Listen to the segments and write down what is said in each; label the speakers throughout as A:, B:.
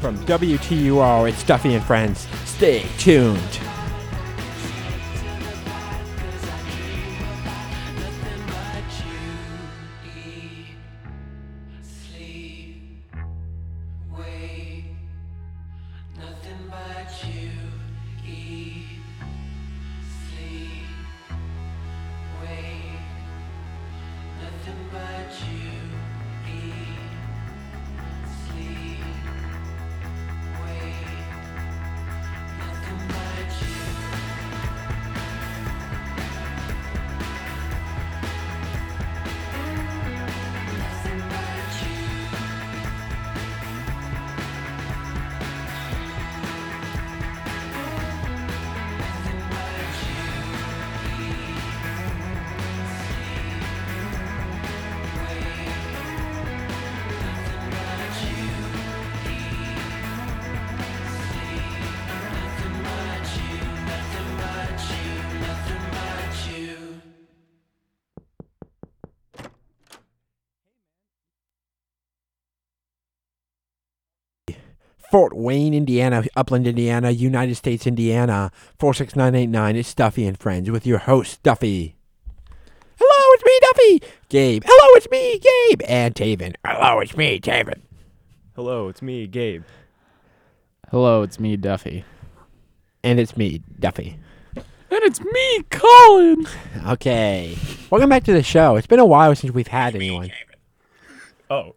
A: From WTUR, it's Duffy and Friends. Stay tuned. Fort Wayne, Indiana, Upland, Indiana, United States, Indiana, 46989. It's Duffy and Friends with your host, Duffy. Hello, it's me, Duffy. Gabe. Hello, it's me, Gabe. And Taven. Hello, it's me, Taven.
B: Hello, it's me, Gabe.
C: Hello, it's me, Duffy.
A: And it's me, Duffy.
C: And it's me, Colin.
A: Okay. Welcome back to the show. It's been a while since we've had anyone.
B: Oh,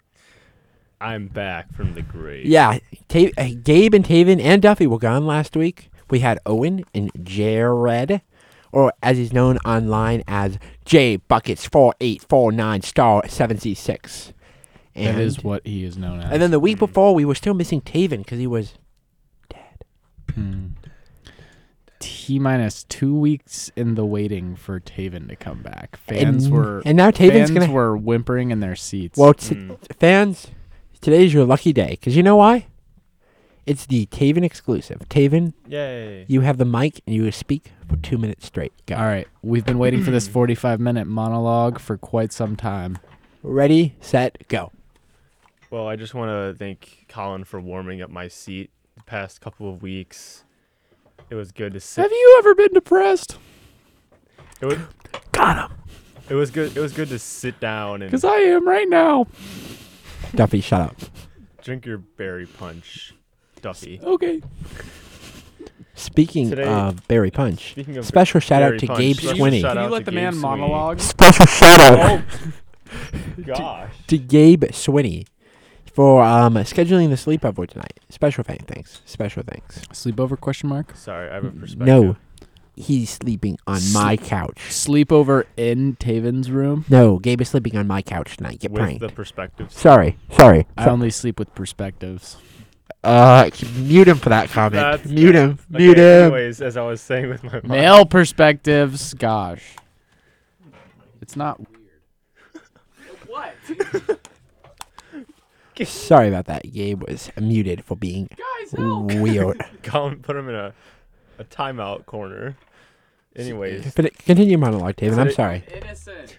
B: I'm back from the grave.
A: Yeah, Ta- uh, Gabe and Taven and Duffy were gone last week. We had Owen and Jared, or as he's known online as J Buckets four eight four nine star seven C six.
C: That is what he is known as.
A: And then the week before, we were still missing Taven because he was
C: T minus two weeks in the waiting for Taven to come back. Fans
A: and,
C: were
A: and now Taven's
C: fans
A: gonna
C: were Hmm. whimpering in their seats.
A: well t- fans. Today's your lucky day because you know why? It's the Taven exclusive. Taven,
B: Yay.
A: you have the mic and you speak for two minutes straight. Go.
C: all right, we've been waiting for this forty-five minute monologue for quite some time.
A: Ready, set, go.
B: Well, I just want to thank Colin for warming up my seat the past couple of weeks. It was good to sit.
C: Have you ever been depressed?
B: It was,
A: Got him.
B: it was good. It was good to sit down and
C: Because I am right now.
A: Duffy, shut up.
B: drink your berry punch, Duffy.
C: Okay.
A: Speaking
B: Today-
A: of Barry Punch,
B: Speaking of
A: special shout out
B: Berry
A: to
B: Punch,
A: Gabe
B: special
A: Swinney.
B: shout
C: Can you
B: out
C: let
B: to
C: the
B: Gabe
C: man
B: Sweeney.
C: monologue?
A: Special shout out
B: Oh gosh.
A: to Gabe Swinney for um, scheduling the sleepover tonight. Special fa- thanks. Special thanks.
C: Sleepover question mark?
B: Sorry, I have a perspective.
A: No, he's sleeping on my
C: Sleep-
A: couch.
C: Sleepover in Taven's room.
A: No, Gabe is sleeping on my couch tonight. Get
B: With
A: pranked.
B: the perspective.
A: sorry, sorry.
C: I only sleep with perspectives.
A: uh, mute him for that comment.
B: That's-
A: mute him.
B: Okay,
A: mute him.
B: Anyways, as I was saying with my mom.
C: Male perspectives. Gosh. It's not weird. what?
A: Sorry about that. Gabe was muted for being
C: Guys,
A: weird.
B: Colin put him in a, a timeout corner. Anyways,
A: Fin- Continue monologue, David. I'm
B: Sorry.
A: sorry.
C: Innocent.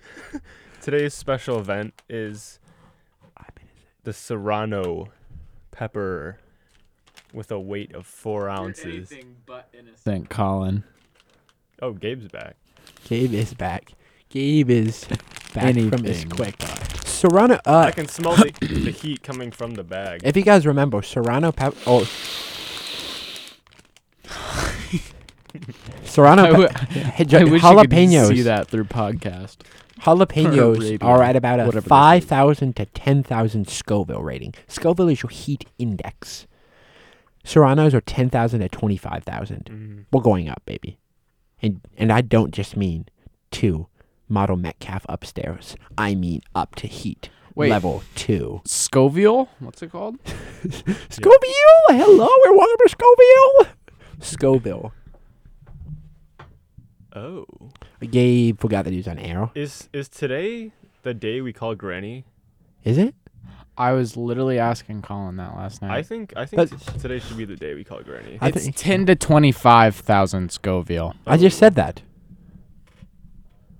B: Today's special event is the Serrano pepper with a weight of four ounces.
C: but innocent. Colin.
B: Oh, Gabe's back.
A: Gabe is back. Gabe is back from his
C: Anything
A: quick. Serrano, uh,
B: I can smell the, the heat coming from the bag.
A: if you guys remember, Serrano pep. Oh. Serrano,
C: I
A: pe-
C: w-
A: hey,
C: I
A: ju-
C: wish you
A: jalapenos.
C: could see that through podcast. Or
A: Jalapenos
C: radio,
A: are at about
C: whatever
A: a
C: this is.
A: five thousand to ten thousand Scoville rating. Scoville is your heat index. Serranos are ten thousand to twenty five thousand.
B: Mhm.
A: We're going up, baby. And and I don't just mean to model Metcalf upstairs. I mean up to heat
C: Wait.
A: level two.
C: Scoville? What's it called?
A: Scoville, hello, and welcome to Scoville. Scoville.
B: Oh.
A: Gabe forgot that he was on air.
B: Is is today the day we call Granny?
A: Is it?
C: I was literally asking Colin that last night.
B: I think I think
A: But-
B: today should be the day we call Granny.
A: I
C: it's
A: think-
C: ten to twenty-five thousand Scoville.
A: I just said that.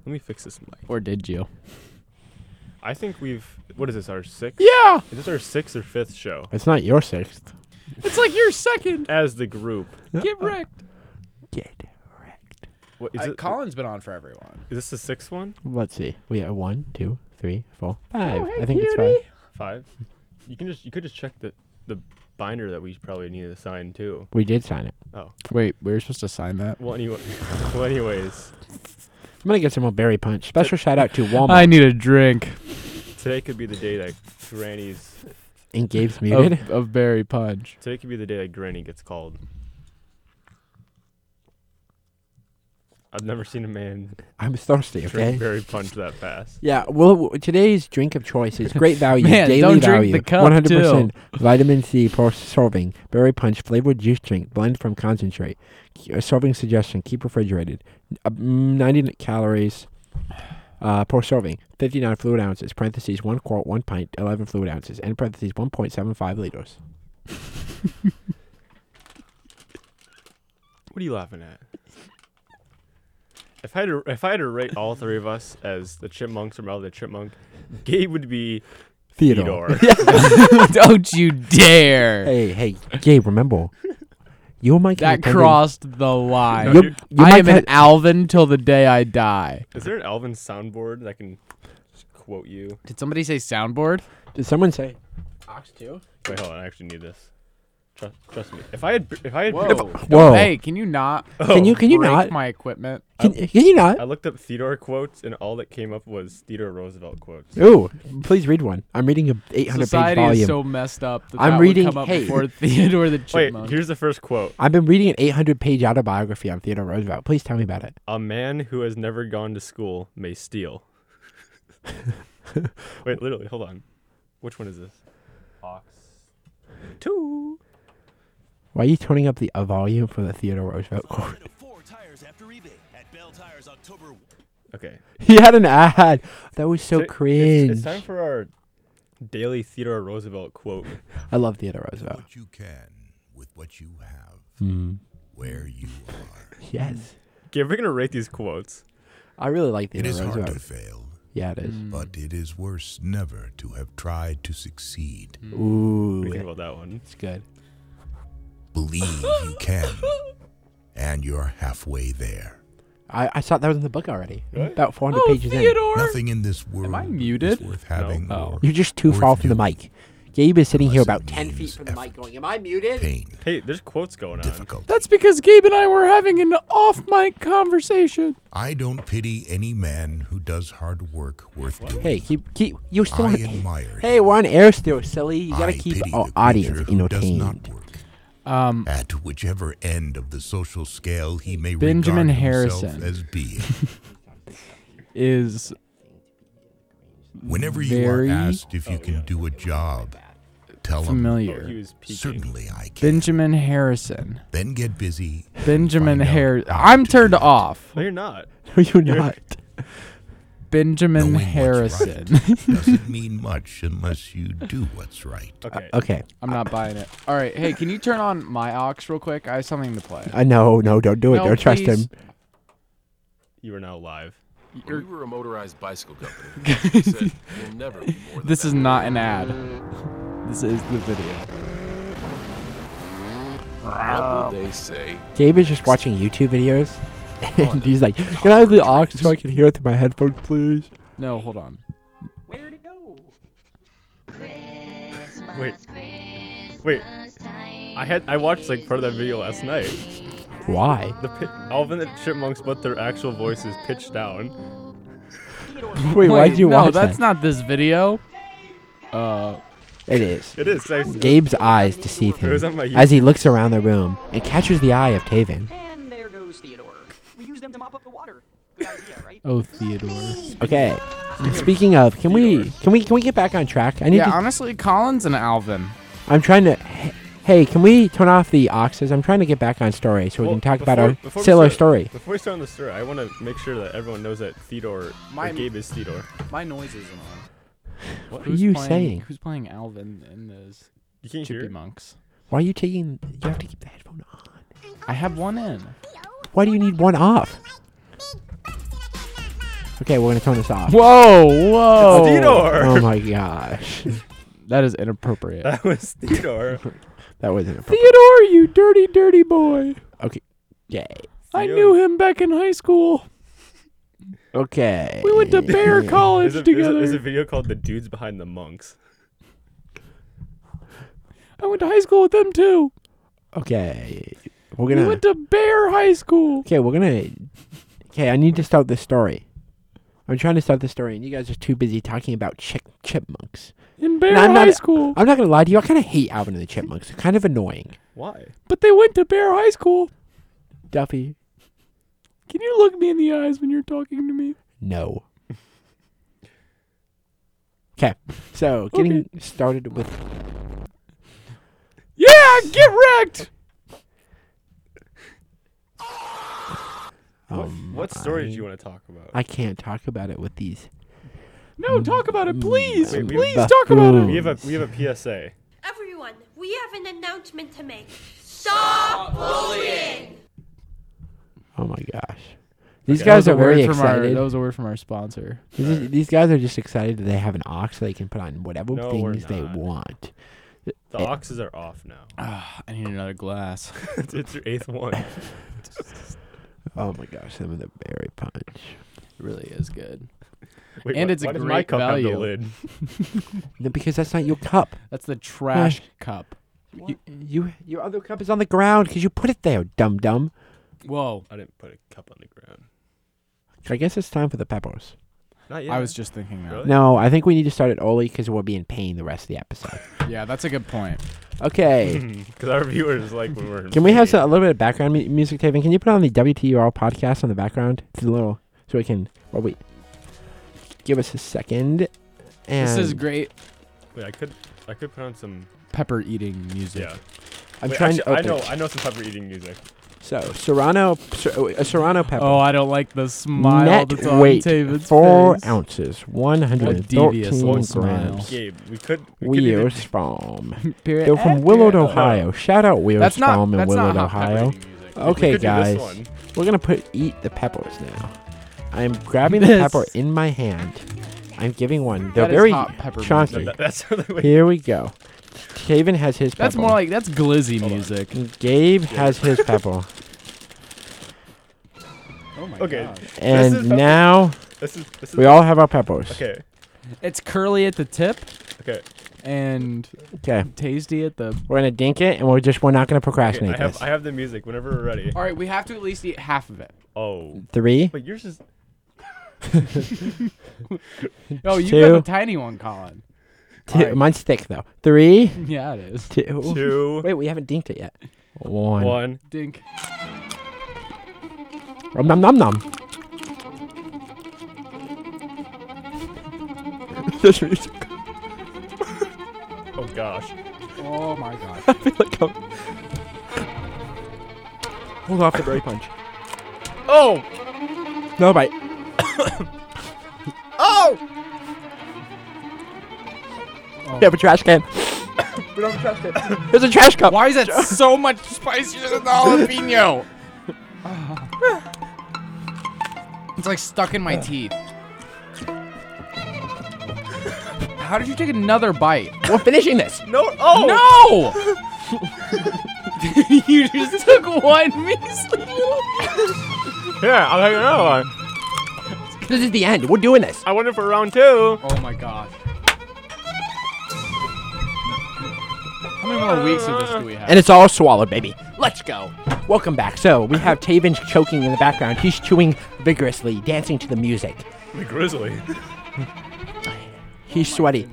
B: Let me fix this mic.
C: Or did you?
B: I think we've what is this our sixth?
C: Yeah.
B: Is this our sixth or fifth show?
A: It's not your sixth.
C: It's like you're second.
B: as the group.
C: Get wrecked.
A: Get wrecked.
B: What, is,
D: I-
B: it,
D: Colin's been on for everyone.
B: is this the sixth one?
A: Let's see. We have one, two, three, four, five. I think it's five.
B: Five. You can just you could just check the the binder that we probably need to sign too.
A: We did sign it.
B: Oh,
C: Wait, we were supposed to sign that.
B: well, anyway, well, anyways,
A: I'm gonna get some more berry punch. Special shout out to Walmart
C: I need a drink
B: today could be the day that Granny's.
A: and Gabe's muted.
C: of, of berry punch.
B: Today could be the day that Granny gets called. I've never seen a man
A: I'm thirsty.
B: drink
A: Okay.
B: very punch that fast.
A: Yeah, well, w- today's drink of choice is great value,
C: Man,
A: daily
C: don't drink
A: value,
C: the cup,
A: 100% vitamin C per serving, berry punch, flavored juice drink, blend from concentrate. K- uh, Serving suggestion: keep refrigerated. N- uh, mm, 90 calories uh, per serving, 59 fluid ounces. Parentheses one quart, one pint, 11 fluid ounces. End parentheses 1.75 liters.
B: What are you laughing at? If I had to, if I had to rate all three of us as the chipmunks or Mel the chipmunk, Gabe would be
A: Theodore.
B: Theodore.
C: Don't you dare.
A: Hey, hey, Gabe, remember, you might
C: That
A: contending-
C: crossed the
B: No,
C: line.
A: You,
B: you-
A: you
C: I
A: might
C: am an
A: con-
C: Alvin till the day I die.
B: Is there an Alvin soundboard that can quote you?
C: Did somebody say soundboard?
A: Did someone say ox two?
B: Wait, hold on. I actually need this. Trust, trust me. If I had, if I had,
A: Whoa!
C: Hey, can you not
A: can you can you
C: break
A: not?
C: my equipment? Uh,
A: Can, can you not?
B: I looked up Theodore quotes, and all that came up was Theodore Roosevelt quotes.
A: Ooh, please read one. I'm reading a 800 page
C: Society
A: volume.
C: is so messed up that
A: I'm
C: that
A: reading-
C: would come up
A: hey.
C: before Theodore the
B: Wait,
C: Chipmunk.
B: here's the first quote:
A: I've been reading an 800 page autobiography on Theodore Roosevelt. Please tell me about it.
B: "A man who has never gone to school may steal." Wait, literally, hold on. Which one is this? Ox. Two.
A: Why are you turning up the uh, volume for the Theodore Roosevelt quote?
E: Rid of four tires after rebate at Bell Tires October
B: Okay.
A: he had an ad that was so
B: Today- it's-
A: cringe.
B: It's, time for our daily Theodore Roosevelt quote.
A: I love Theodore Roosevelt.
E: What you can with what you have,
A: Hmm.
E: where you are.
A: Yes,
B: Okay, we're gonna rate these quotes.
A: I really like
E: It
A: Theodore
E: is hard
A: Roosevelt.
E: to fail,
A: Yeah, it is.
E: but it is worse never to have tried to succeed.
A: Hmm.
B: What do you
A: Ooh,
B: think about that one?
A: it's good.
E: Believe you can, and you're halfway there.
A: I, I thought that was in the book already.
B: Really?
A: About 400
C: oh,
A: pages
C: Theodore.
E: Nothing in this world
C: I
E: is
C: muted?
E: worth having
A: in.
E: or
A: You're just too
E: worth
A: far from the
E: doing.
A: mic. Gabe is sitting here
E: Unless
A: about
E: it
A: 10 feet
E: means
A: from the mic
E: effort.
A: going, Am I muted?
E: Pain,
B: Hey, there's quotes going on.
E: difficult.
C: That's because Gabe and I were having an off mic conversation.
E: I don't pity any man who does hard work worth doing.
A: Hey, keep, keep, you're still
E: I
A: on.
E: admire
A: Hey,
E: you.
A: we're on air still, silly. You gotta
E: I
A: keep
E: pity the
A: our
E: creature
A: audience
E: who does not
A: entertained.
E: work.
C: Um,
E: at whichever end of the social scale he may
C: Benjamin
E: regard himself
C: Harrison.
E: as being.
B: Oh,
C: is
E: Whenever
C: Very-
E: you are asked if you can do a job, tell him
B: Oh, he
C: familiar.
B: was peeking.
E: certainly I can.
C: Benjamin Harrison.
E: then get busy.
C: Benjamin
E: Find out
C: Harris.
E: how
C: I'm
E: to
C: turned
E: do it.
C: off.
B: No, you're not.
A: No, you're not.
C: Benjamin
E: Knowing what's
C: Harrison.
E: right doesn't mean much unless you do what's right.
B: Okay.
A: Okay.
C: I'm not buying it. All right. Hey, can you turn on my ox real quick? I have something to play.
A: Uh, no, no, don't do it.
C: No,
A: don't trust
C: please.
A: him.
B: You are now live.
F: When we were a motorized bicycle company, we said, we'll never be more than
C: This
F: that."
C: is not an ad. This is the video.
F: What will they say?
A: Gabe is just watching YouTube videos. And he's like, Can I have the aux so I can hear it through my headphones, please?
C: No, hold on.
B: Wait. Wait. I had I watched like part of that video last night.
A: Why?
B: The pi- Alvin and Chipmunks, but their actual voices pitched down.
A: Wait, why'd you
C: no,
A: watch
C: that's
A: that?
C: not this video. Uh,
A: it is.
B: It is. I,
A: Gabe's eyes deceive him
B: was on my
A: as he looks around the room and catches the eye of Taven.
G: And there goes Theodore. We use them to mop up the water. Good idea, right?
C: oh Theodore.
A: Okay. Speaking of, can we can we can we get back on track? I need
C: Yeah,
A: to,
C: honestly, Collins and Alvin.
A: I'm trying to Hey, can we turn off the oxes? I'm trying to get back on story so we
B: Well,
A: can talk
B: before-
A: about
B: before
A: our
B: we
A: sailor
B: start-
A: story.
B: Before we start on the story, I want to make sure that everyone knows that Theodore,
C: My-
B: or Gabe is Theodore.
C: My noise isn't on. What
A: are you saying?
C: Who's playing Alvin in those
B: You can't hear.
C: Chippy
B: it?
C: Monks?
A: Why are you taking? You have to keep the headphone on.
C: I have one in.
A: Why do you need one off? Okay, we're gonna turn this off.
C: Whoa, whoa!
B: Theodore.
A: Oh my gosh.
C: That is inappropriate.
B: That was Theodore.
A: That wasn't appropriate.
C: Theodore, you dirty, dirty boy.
A: Okay. Gay.
C: I
B: Theo-
C: knew him back in high school.
A: Okay.
C: We went to Bear College
B: There's a, there's, a,
C: together.
B: there's a video called "The Dudes Behind the Monks."
C: I went to high school with them too.
A: Okay. We're
C: We
A: gonna.
C: went to Bear High School.
A: okay, we're gonna. Okay, I need to start this story. I'm trying to start the story, and you guys are too busy talking about chick chipmunks.
C: In Bear
A: And I'm
C: High
A: not-
C: School.
A: I'm not gonna lie to you. I kind of hate Alvin and the Chipmunks. They're kind of annoying.
B: Why?
C: but they went to Bear High School.
A: Duffy,
C: Can you look me in the eyes when you're talking to me?
A: no. Okay, so getting started with
C: Yeah, get wrecked.
A: um,
B: What story did you
A: I-
B: want to talk about?
A: I can't talk about it with these.
C: No, talk about it, please.
B: Wait, we-
C: please talk about it.
B: we have a we have a PSA.
D: Everyone, we have an announcement to make. Stop bullying!
A: Oh my gosh, these
B: Okay.
A: guys
C: That
A: are
C: was a word
A: very
C: from our-
A: excited.
C: that was a word from our sponsor.
A: This is- these guys are just excited that they have an ox they can put on whatever
B: No, we're
A: things they
B: not.
A: want.
B: The oxes are off now.
C: Ah, I need another glass.
B: it's, it's your eighth one.
A: Oh my gosh, some of the berry punch.
C: It really is good.
B: Wait,
C: And
B: why-
C: it's a
B: why does my
C: great
B: cup have the
C: value.
B: lid?
A: No, because that's not your cup.
C: That's the trash cup.
A: You, you, your other cup is on the ground because you put it there, dum dum.
C: Whoa.
B: I didn't put a cup on the ground.
A: I guess it's time for the peppers.
B: Not yet.
C: I was just thinking that.
B: Really?
A: No, I think we need to start at Oli because we'll be in pain the rest of the episode.
C: Yeah, that's a good point.
A: Okay.
B: because our viewers like when we're. in
A: Can we have
B: pain.
A: some, a little bit of background mu- music, Taven? Can you put on the WTUR podcast on the background? It's a little, so we can. Well, wait. Give us a second. And
C: This is great
B: Wait, I could I could put on some.
C: pepper eating music.
B: Yeah.
A: uh, I'm
B: Wait,
A: trying to.
B: actually,
A: Open
B: I know I know some pepper eating music.
A: So serrano, ser- uh, a serrano pepper.
C: Oh, I don't like the smile
A: Net
C: that's on
A: weight
C: David's
A: four
C: face.
A: ounces, one hundred and
C: devious
A: thirteen
C: little
A: grams.
C: smile.
B: Gabe, we could. We could
A: Weir's
B: either-
A: from
C: Period.
A: they're from Willard,
C: Period.
A: Ohio. Shout out Weir's
C: That's not-
A: from in
C: that's
A: Willard,
C: not hot pepper
A: Ohio.
F: Eating music.
B: we
A: Okay,
B: could do
A: guys,
B: This one.
A: we're gonna put eat the peppers now. I'm grabbing the
C: This-
A: pepper in my hand. I'm giving one. They're
C: That is
A: very
C: hot pepper
A: chunky.
B: No, that, that's the way.
A: Here we go. Taven has his pepper.
C: That's more like that's glizzy
B: Hold on.
C: music.
A: Gabe has his pepper,
C: Oh my
B: Okay.
C: God.
A: and
B: is pepper.
A: now
B: This is this is.
A: we all have our peppers.
B: okay.
C: It's curly at the tip
B: Okay.
C: and
A: Okay.
C: tasty at the.
A: We're gonna dink it, and we're just we're not gonna
B: okay
A: procrastinate
B: I have
A: this.
B: I have the music whenever we're ready.
C: All right, we have to at least eat half of it.
B: Oh,
A: Three.
B: wait, yours is.
C: Oh, you got
A: Two.
C: the tiny one, Colin.
A: Two.
C: Alright.
A: Mine's thick though. Three.
C: Yeah, it is.
A: Two.
B: Two.
A: Wait, we haven't dinked it yet. One.
B: One.
C: Dink.
A: Nom nom nom nom. This music.
B: Oh gosh.
C: Oh my god.
A: Hold off the berry punch.
B: Oh.
A: No bite. oh! We have a trash can. we don't have a trash can. There's a trash cup.
C: Why is that so much spicier than the jalapeno? it's like stuck in my teeth. How did you take another bite?
A: We're finishing this.
B: No. Oh.
C: No! you just took one measly little.
B: Yeah, I'll have another one.
A: This is the end. We're doing this.
B: I wonder for round two.
C: Oh my gosh. How many more weeks of this do we have?
A: And it's all swallowed, baby. Let's go. Welcome back. So we have Taven choking in the background. He's chewing vigorously, dancing to the music.
B: The grizzly.
A: He's sweaty.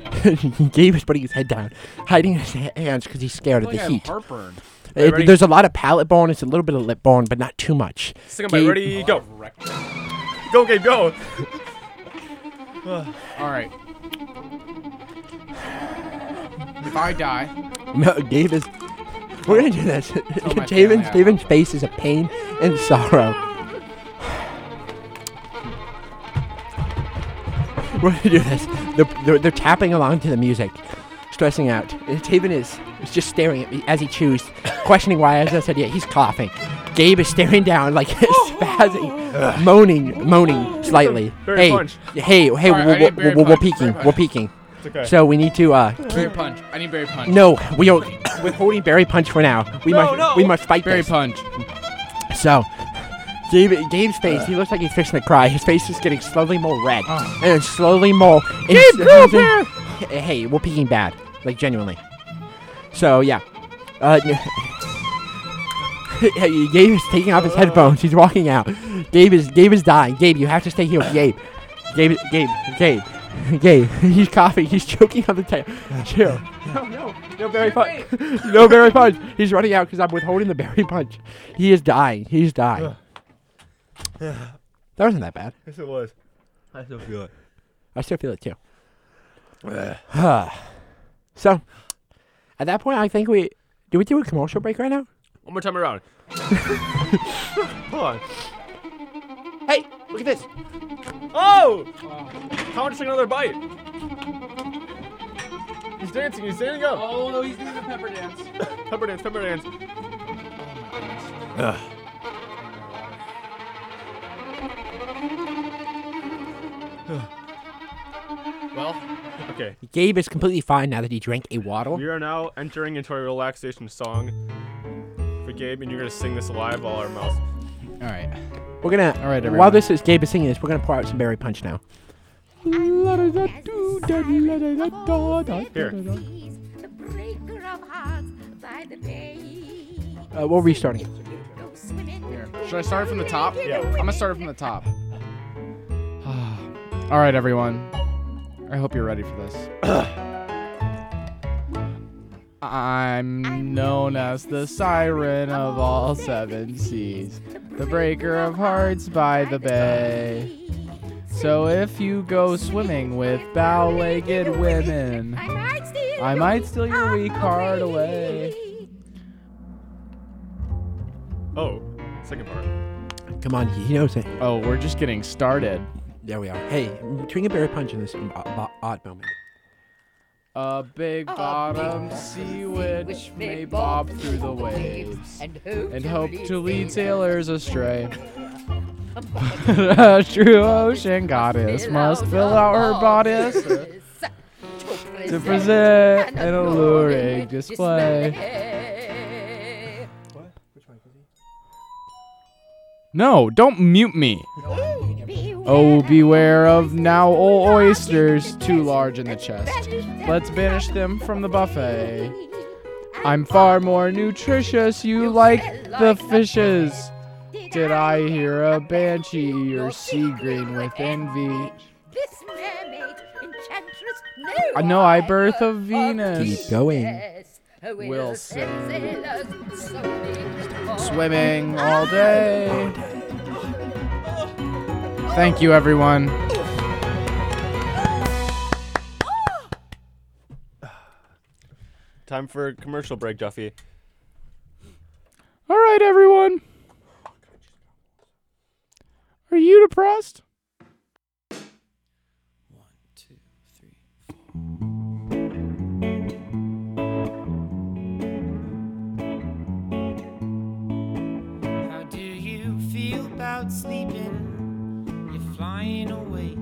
A: Gabe is putting his head down, hiding his ha- hands because he's scared of
C: like
A: the
C: I have
A: heat.
C: heartburn.
A: Uh,
B: ready?
A: there's a lot of palate bone. It's a little bit of lip bone, but not too much.
B: Second bite. Ready? Go. Go, Gabe. Go.
C: All right. If I die,
A: No, Gabe is. We're gonna do this.
C: my
A: Taven's,
C: family I-
A: Taven's face is a pain and sorrow. We're gonna do this. They're, they're, they're tapping along to the music, stressing out. And Taven is, is just staring at me as he chews, questioning why, as I said, yeah, he's coughing. Gabe is staring down, like spazzing, moaning, moaning slightly.
B: Berry
A: hey,
B: punch.
A: hey, hey,
C: All right, I
A: we're,
C: need
A: we're,
C: berry
A: we're, we're
C: punch, berry
A: peeking,
C: punch.
A: we're peeking.
B: It's okay.
A: So we need to. uh
H: Berry punch. I need berry punch.
A: No, we are withholding berry punch for now. We
G: No,
A: must.
G: no.
A: We must fight
H: Berry
A: this.
H: punch.
A: So, Gabe, Gabe's face, he looks like he's fixing to cry. His face is getting slowly more red. And slowly more. Gabe,
C: grow up
A: Hey, we're peeking bad. Like, genuinely. So, yeah. Uh, hey, Gabe is taking off his headphones. He's walking out. Gabe is Gabe is dying. Gabe, you have to stay here with Gabe. Gabe, Gabe, Gabe, Gabe. He's coughing. He's choking on the tail. Chill. No, no, no berry punch. no berry punch. He's running out because I'm withholding the berry punch. He is dying. He's dying. that wasn't that bad.
B: yes, it was. I still feel it.
A: I still feel it too. so, at that point, I think we do we do a commercial break right now?
H: One more time around.
B: Hold on.
A: Hey, look at this.
B: Oh! Colin just took another bite. He's dancing. He's standing up.
H: Oh no, he's doing the pepper dance.
B: Pepper dance. Pepper dance.
H: Well,
B: Okay.
A: Gabe is completely fine now that he drank a waddle.
B: We are now entering into a relaxation song for Gabe, and you're gonna sing this live while our mouths.
C: All right.
A: We're gonna.
C: All right,
A: While
C: everyone.
A: this is Gabe is singing this, we're gonna pour out some berry punch now. Uh,
B: Here.
D: The breaker of hearts by the bay.
A: Uh, we'll restart it.
H: should I start from the top?
B: Yeah.
H: I'm gonna start from the top. All right, everyone. I hope you're ready for this. I'm known as the siren of all seven seas, the breaker of hearts by the bay. So if you go swimming with bow-legged women,
D: I might steal,
H: I might steal your weak heart away.
D: away.
B: Oh, second part.
A: Come on, he knows it.
H: Oh, we're just getting started.
A: There we are. Hey, between a berry punch and this m- o- bo- odd moment.
H: A big bottom sea witch may bob through the waves
I: and hope,
H: and hope to lead sailors astray.
I: sailors.
H: A true ocean goddess must fill out her bodice to present an alluring display. Oh, No, don't mute me. Oh, beware of now old oysters too large in the chest. Let's banish them from the buffet. I'm far more nutritious. You like the fishes. Did I hear a banshee or sea green with envy?
I: This mermaid, enchantress, no
H: I know I birth
I: of
H: of Venus.
A: Keep going.
I: Yes, a
H: Will
I: send
H: sing.
I: sailors swimming for
H: Swimming all day. Thank you, everyone.
B: Time for a commercial break, Duffy.
H: All right, everyone. Are you depressed?
J: How do you feel about sleeping? You're flying away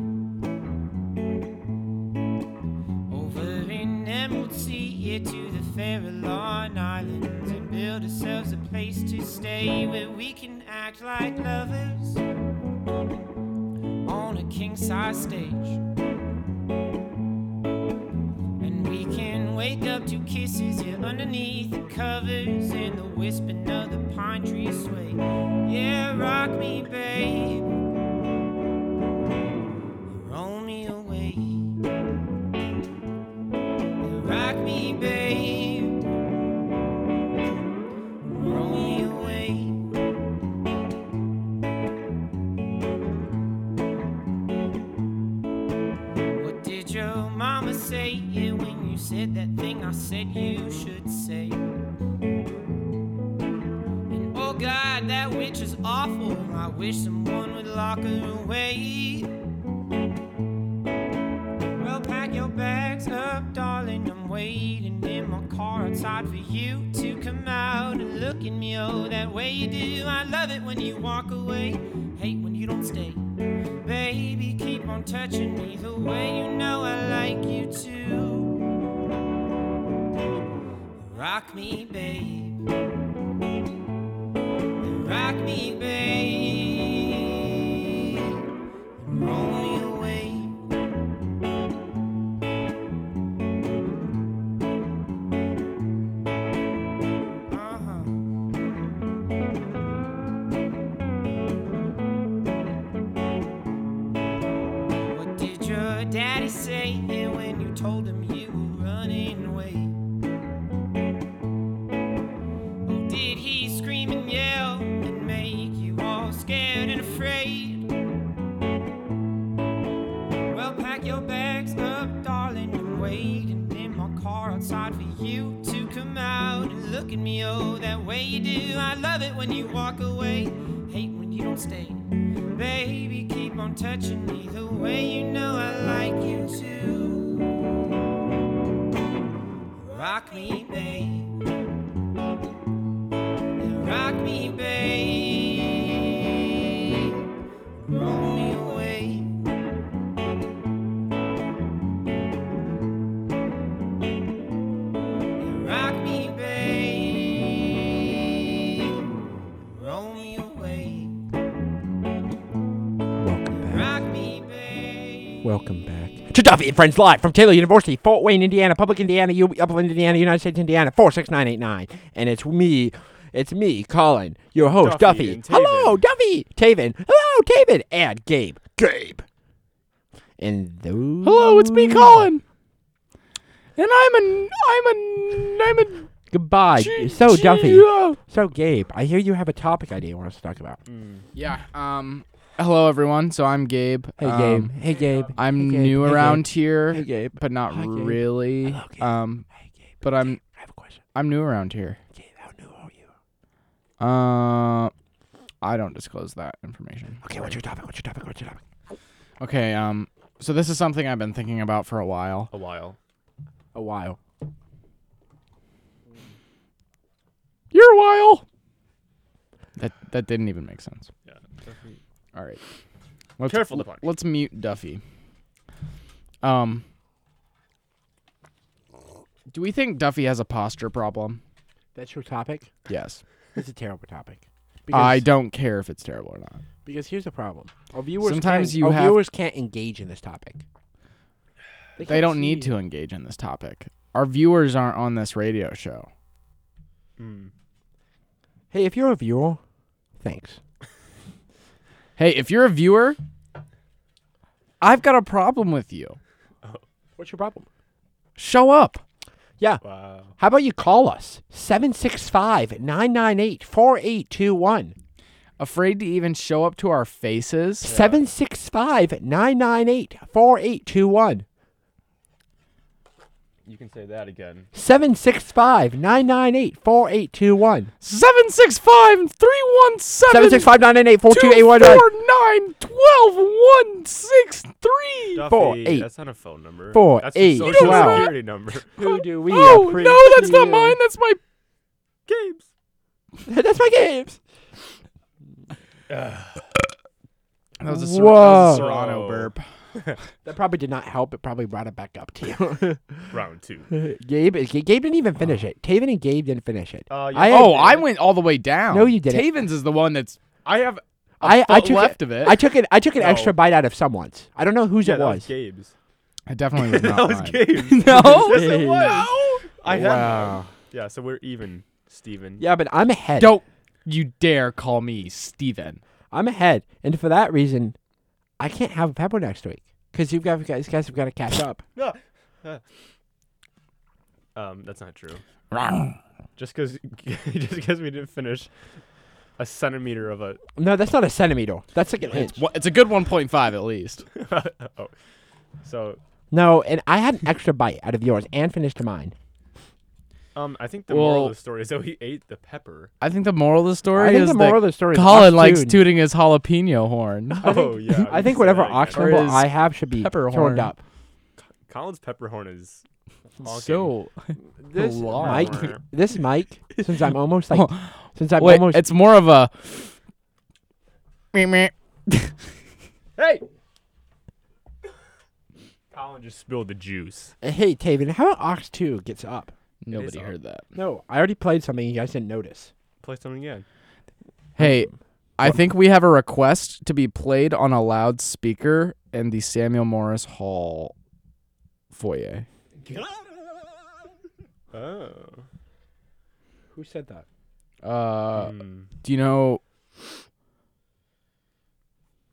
J: over an emerald sea, here to the Farallon Islands, and build ourselves a place to stay where we can act like lovers on a king-size stage. And we can wake up to kisses here underneath the covers and the whispering of the pine tree sway. Yeah, rock me, babe. Roll me away. Rock me, babe. Roll me away. What did your mama say yeah, when you said that thing I said you should say? And oh god, that witch is awful. I wish someone would lock her away. Well, pack your bags up, darling. I'm waiting in my car outside for you to come out and look at me. Oh, that way you do. I love it when you walk away. Hate when you don't stay. Baby, keep on touching me the way you know I like you to. rock me, babe. Rock me, babe. Roll me away. Uh-huh. What did your daddy say when you told him you were running away? Did he scream and yell and make you all scared and afraid? Well, pack your bags up, darling, and waiting in my car outside for you to come out and look at me, oh, that way you do. I love it when you walk away, hate when you don't stay. Baby, keep on touching me the way you know I like you to. Rock me, babe. Rock me, babe. Roll me away. Rock me, babe. Roll me away.
A: Welcome back.
J: Rock me, babe.
A: Welcome back. To Duffy and Friends Live from Taylor University, Fort Wayne, Indiana, Public, Indiana, U- Upland, Indiana, United States, Indiana, 46989. And it's me, it's me, Colin, your host,
B: Duffy
A: Duffy.
B: and Taven.
A: Hello, Duffy, Taven. Hello, Taven. And Gabe. Gabe. And those.
C: Hello, it's me, Colin. And I'm a, I'm a, I'm a.
A: Goodbye. so, Duffy. So, Gabe, I hear you have a topic idea you want us to talk about.
C: Mm. Yeah. Um. Hello, everyone. So I'm Gabe.
A: Hey,
C: Um,
A: Gabe. Hey, Gabe.
C: I'm
A: Hey, Gabe.
C: new
A: Hey, Gabe.
C: around here,
A: Hey, Gabe.
C: but not
A: Hi, Gabe.
C: really.
A: Hello, Gabe.
C: Um.
A: Hey, Gabe.
C: But I'm,
A: I have a question.
C: I'm new around here.
A: Gabe, how new are you?
C: Uh, I don't disclose that information.
A: Okay, what's your topic? What's your topic? What's your topic?
C: Okay. Um. So this is something I've been thinking about for a while.
B: a while.
A: A while.
C: You're a while. That that didn't even make sense.
B: Yeah.
C: All right. Let's,
B: Careful, Devon.
C: Let's mute Duffy. Um. Do we think Duffy has a posture problem?
A: That's your topic?
C: Yes.
A: It's a terrible topic.
C: I
A: Because-
C: don't care if it's terrible or not.
A: Because here's the problem: our viewers
C: Sometimes
A: can't,
C: you
A: our
C: have-
A: viewers can't engage in this topic.
C: They
A: can't
C: don't need
A: see-
C: to engage in this topic. Our viewers aren't on this radio show.
A: Hey, if you're a viewer, thanks.
C: Hey, if you're a viewer, I've got a problem with you.
A: What's your problem?
C: Show up.
A: Yeah.
B: Wow.
A: How about you call us 765-998-4821.
C: Afraid to even show up to our faces?
A: 765-998-4821.
B: You can say that again.
A: 765-998-4821.
C: 765 317
A: 765-998-4821.
C: 249
B: Duffy,
A: Four, eight.
B: that's not a phone number.
A: Four,
B: that's
A: eight,
B: your
A: You
B: social
A: don't know
B: security number.
A: Who do we
C: Oh,
A: appreciate?
C: no, that's not mine. That's my.
B: Games.
A: that's my games.
C: That was a,
A: Whoa.
C: Serrano burp.
A: That probably did not help. It probably brought it back up to you.
B: Round two.
A: Gabe, Gabe didn't even finish it. Taven and Gabe didn't finish it.
B: Uh, yeah,
A: I had-
C: Oh, I went all the way down.
A: No, you didn't.
C: Taven's is the one that's. I have.
A: I, I
C: foot
A: took
C: left
A: a-
C: of it.
A: I took an I took an
B: No.
A: extra bite out of someone's. I don't know whose
B: Yeah,
A: it
B: that
A: was.
B: was Gabe's.
C: I definitely was not.
B: that was
C: mine.
B: Gabe's.
C: No.
B: yes, it was. I had
C: Wow.
B: mine. Yeah, so we're even, Steven.
A: yeah, but I'm ahead.
C: Don't you dare call me Steven.
A: I'm ahead, and for that reason, I can't have Pepper next week because you've got you guys guys have got to catch up.
B: No. Uh, um, that's not true. Just because just because we didn't finish a centimeter of a
A: No, that's not a centimeter. That's like an inch.
C: Well, it's a good 1.5 at least.
B: oh. So
A: No, and I had an extra bite out of yours and finished mine.
B: um I think the moral
C: Well-
B: of the story is that we ate the pepper.
C: I think the moral of the story
A: I think
C: is
A: the moral of
C: that
A: the story. is
C: Colin
A: Oxtoon-
C: likes tooting his jalapeno horn.
A: I think,
B: oh yeah.
A: I think whatever
B: oxygen.
A: oxygen
C: Or uh, is
A: I have should be
C: pepper
A: turned
C: horn.
A: up.
B: Colin's pepper horn is honking.
C: so
A: This
C: Lord.
A: Mike, this Mike, since I'm almost
H: Oh,
A: like, since I'm
C: wait,
A: almost
C: it's more of a. Meh, meh.
B: Hey. Colin just spilled the juice.
A: Hey, Taven, how about Ox 2 gets up?
C: Nobody
B: on.
C: heard that.
A: No, I already played something you guys didn't notice.
B: Play something again.
H: Hey, I think we have a request to be played on a loudspeaker in the Samuel Morris Hall foyer.
B: Oh.
A: Who said that?
H: Uh,
B: Hmm.
H: do you know?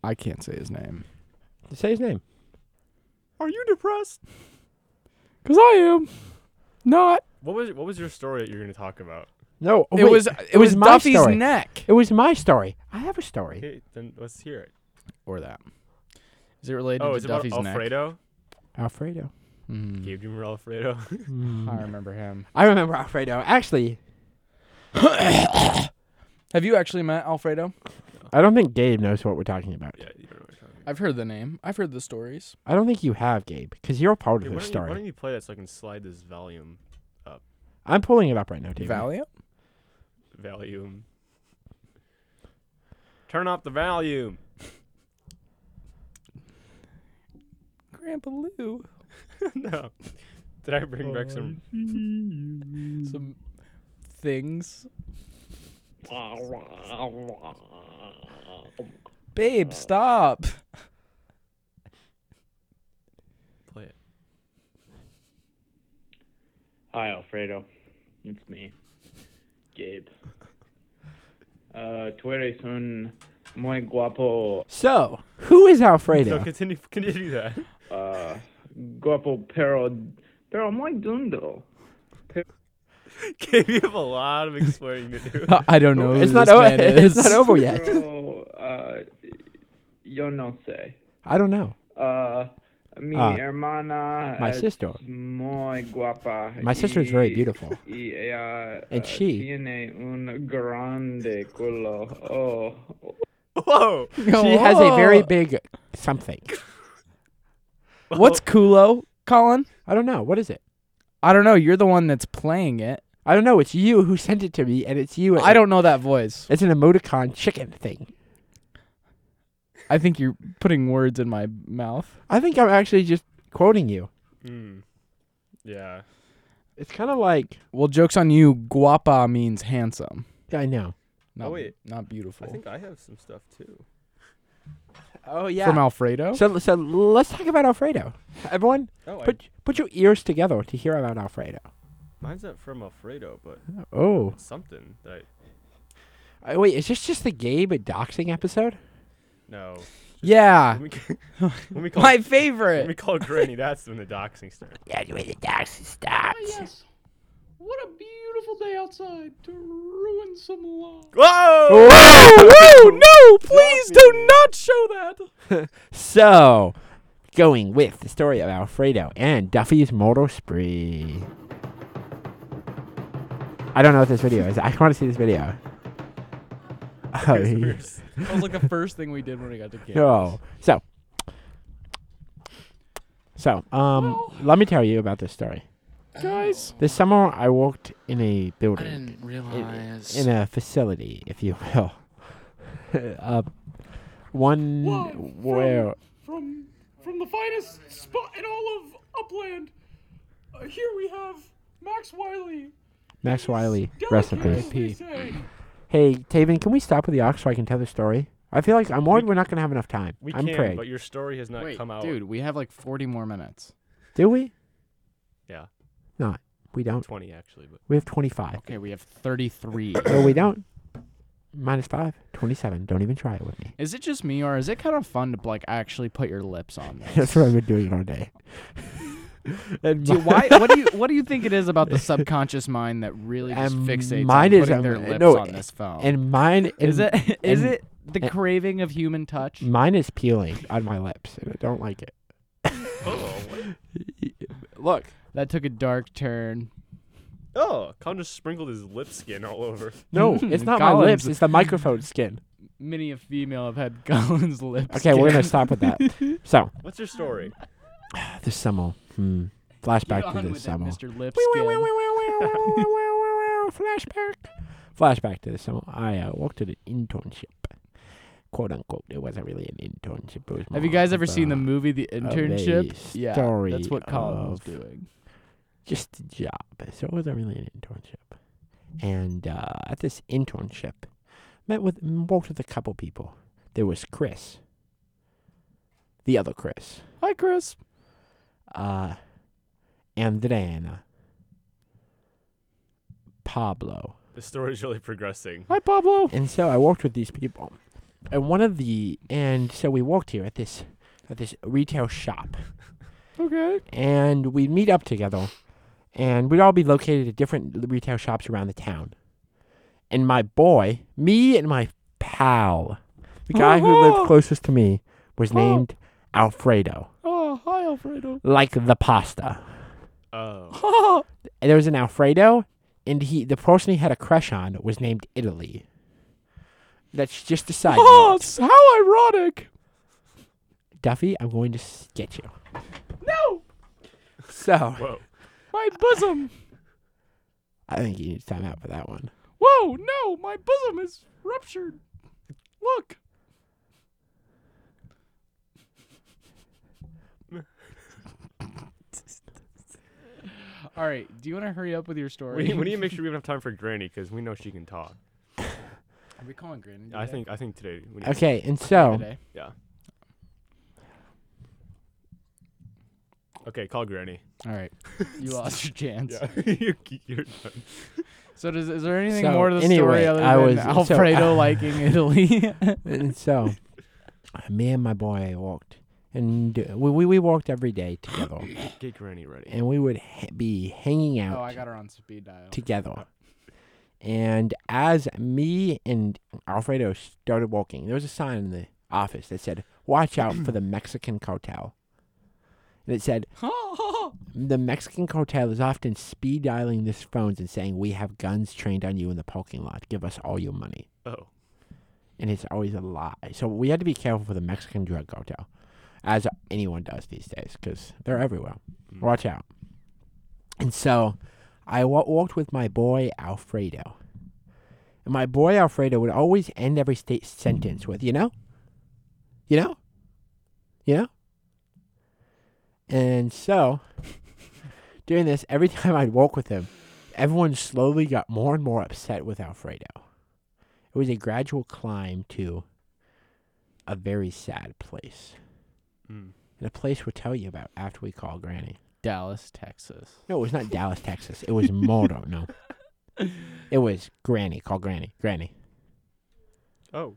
H: I can't say his name
A: Say his name.
B: Are you depressed?
H: because I am not.
B: What was what was your story that you're gonna talk about?
A: No, oh,
H: it
A: wait,
H: was it, was,
A: my
H: Duffy's
A: story.
H: neck
A: It was my story. I have a story.
B: Okay, then let's hear it.
H: or that. Is it related
B: Oh,
H: to
B: is it about
H: Duffy's neck?
B: Alfredo?
A: Alfredo.
B: Gabe,
H: Mm,
B: do you remember Alfredo?
H: I remember him.
A: I remember Alfredo. Actually,
H: Have you actually met Alfredo?
A: I don't think Gabe knows what we're talking about.
B: yeah, you don't know what I'm talking about.
H: I've heard the name. I've heard the stories.
A: I don't think you have, Gabe, because you're a part
B: Hey,
A: of
B: why,
A: this
B: don't you, why
A: story.
B: don't you play that so I can slide this volume
A: I'm pulling it up right now, David.
H: Valiant.
B: volume? Turn off the volume.
H: Grandpa Lou.
B: no. Did I bring back some?
H: Some things. Babe, stop.
B: Play it.
K: Hi, Alfredo. It's me, Gabe. Uh, tú eres un muy guapo,
A: So, who is
B: So
A: Alfredo?
B: continue. Continue that.
K: uh, guapo pero, pero muy dundo.
B: Gabe, you have a lot of explaining to do.
H: I don't know.
A: It's not, o- it's not over yet.
K: Pero, uh, yo no sé.
A: I don't know.
K: Uh, mi
A: Ah,
K: hermana
B: Uh,
A: my
K: es
A: sister.
K: muy guapa.
A: My sister's very
K: y-
A: beautiful.
K: Y ella,
A: And
K: uh,
A: she-
K: tiene un grande culo. Oh,
B: Whoa!
A: She has a very big something.
H: What's culo, Colin?
A: I don't know. What is it?
H: I don't know. You're the one that's playing it.
A: I don't know. It's you who sent it to me, and it's you.
H: I don't know that voice.
A: It's an emoticon chicken thing.
H: I think you're putting words in my mouth.
A: I think I'm actually just quoting you.
B: Mm. Yeah.
A: It's kind of like
H: Well, joke's on you. Guapa means handsome.
A: I know.
H: Not,
B: wait.
H: Not beautiful.
B: I think I have some stuff too.
A: Oh yeah.
H: From Alfredo?
A: so so let's talk about Alfredo. Everyone,
B: Oh, I,
A: put put your ears together to hear about Alfredo.
B: mine's not from Alfredo, but
A: Oh,
B: something that I
A: Uh, wait, is this just the Gabe doxing episode?
B: no.
H: yeah.
B: When we, when we call
H: My
B: when we
H: favorite.
B: call Granny, that's when the doxing starts.
A: Yeah, the way the doxing starts.
K: What a beautiful day outside to ruin some love.
B: Whoa!
H: Oh, no, please do not show that.
A: So, going with the story of Alfredo and Duffy's mortal spree. I don't know what this video is. I want to see this video. Oh, yeah.
H: That was like the first thing we did when we got to campus.
A: no. Oh, So, so um, let me tell you about this story.
H: Guys.
A: This summer, I worked in a building.
H: realize.
A: in a facility, if you will. uh, one where
K: From from the finest spot in all of Upland, uh, here we have Max Wiley.
A: Max Wiley
K: Delicate,
A: recipes.
K: as they say.
A: Hey, Taven, can we stop with the ox so I can tell the story? I feel like I'm worried we, are not gonna have enough time.
B: We
A: I'm
B: can,
A: afraid.
B: but your story has not
C: Wait,
B: come out.
C: dude, we have like 40 more minutes.
A: Do we?
B: Yeah,
A: Not. We don't.
B: twenty actually, but
A: We have 25.
C: Okay, we have 33.
A: No, we don't. Minus five. 27. Don't even try it with me.
H: Is it just me, or is it kind of fun to like actually put your lips on this?
A: That's what I've been doing all day. And
H: Dude,
A: my-
H: why? What do you what do you think it is about the subconscious mind that really just
A: And
H: fixates
A: mine
H: on
A: is,
H: putting
A: um,
H: their
A: uh,
H: lips
A: no,
H: on this phone?
A: And mine
H: is
A: and-
H: it is
A: and
H: it the
A: and- Mm.
H: craving of human touch?
A: Mine is peeling on my lips, and I don't like it.
B: Oh,
A: Look.
H: That took a dark turn.
B: oh, Con just sprinkled his lip skin all over.
A: No, it's not my
H: Collins.
A: lips. It's the microphone skin.
H: Many a female have had Colin's lips.
A: Okay, we're gonna stop with that. So
B: What's your story?
A: the summer. Hmm. Flashback
H: on
A: to the
H: with it,
A: summer.
H: Mr.
A: Wow, wow,
H: Lipskin.
A: wow, wow, wow, wow, wow, wow, wow, Flashback. Flashback to the summer. I uh, worked at an internship. Quote unquote. It wasn't really an internship. It was
H: Have you
A: more
H: guys
A: of
H: ever seen the
A: a-
H: movie The
A: a
H: Internship? Yeah,
A: story
H: that's what Colin was
A: of-
H: doing.
A: just a job. So it wasn't really an internship. And uh, at this internship, met with walked with a couple people. There was Chris, the other Chris,
C: Hi, Chris.
A: uh, Andrea, Pablo.
B: The story's really progressing.
C: Hi, Pablo.
A: And so I walked with these people, and one of the and so we walked here at this at this retail shop,
C: Okay.
A: and we'd meet up together, and we'd all be located at different l- retail shops around the town. And my boy, me and my pal, the guy
C: Oh,
A: who lived closest to me, was named Alfredo,
C: Oh, hi, Alfredo.
A: like the pasta.
B: Oh.
A: And there was an Alfredo, and he the person he had a crush on was named Italy. That's just a side
C: Oh,
A: note.
C: it's how ironic.
A: Duffy, I'm going to s- get you. No. So
B: Whoa.
C: My bosom.
A: I think you need to time out for that one.
C: Whoa, no, my bosom is ruptured. Look. All right, do you want to hurry up with your story?
B: We, we need to make sure we have time for Granny because we know she can talk.
C: Are we calling Granny?
B: I think I think today. We need
A: Okay, and so
C: Today?
B: Yeah. Okay, call Granny.
C: All right, you lost your chance.
B: you're, you're done.
C: So, does, is there anything
A: So,
C: more to the
A: anyway,
C: story other
A: I
C: than
A: was- so,
C: Alfredo
A: uh,
C: liking Italy?
A: and so me and my boy walked, and uh, we we, we walked every day together,
B: Get Granny ready.
A: and we would ha- be hanging out
C: oh, I got her on speed dial.
A: together. And as me and Alfredo started walking, there was a sign in the office that said, "Watch out for the Mexican cartel." And it said, "The Mexican cartel is often speed dialing these phones and saying we have guns trained on you in the parking lot. Give us all your money."
B: Oh.
A: and it's always a lie. So we had to be careful for the Mexican drug cartel, as anyone does these days, because they're everywhere. Watch out. And so I wa- walked with my boy Alfredo. And my boy Alfredo would always end every state sentence with, you know? You know? You know? And so, doing this, every time I'd walk with him, everyone slowly got more and more upset with Alfredo. It was a gradual climb to a very sad place.
B: Mm.
A: And a place we'll tell you about after we call Granny.
C: Dallas, Texas.
A: No, it was not Dallas, Texas. It was Mordo. No. It was Granny. Call Granny. Granny.
B: Oh.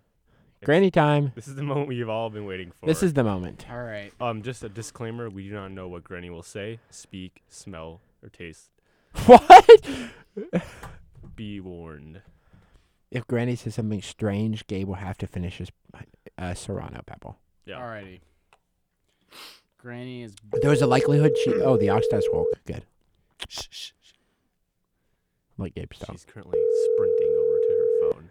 A: Granny time.
B: This is the moment we've all been waiting for.
A: This is the moment.
C: All right.
B: um just a disclaimer. We do not know what Granny will say, speak, smell, or taste.
A: What?
B: Be warned.
A: If Granny says something strange, Gabe will have to finish his uh, Serrano pepper.
B: Yeah.
C: Alrighty. Granny is.
A: There was a likelihood she. Oh, the ox does walk. Good. Like Gabe stuff.
B: She's currently sprinting over to her phone.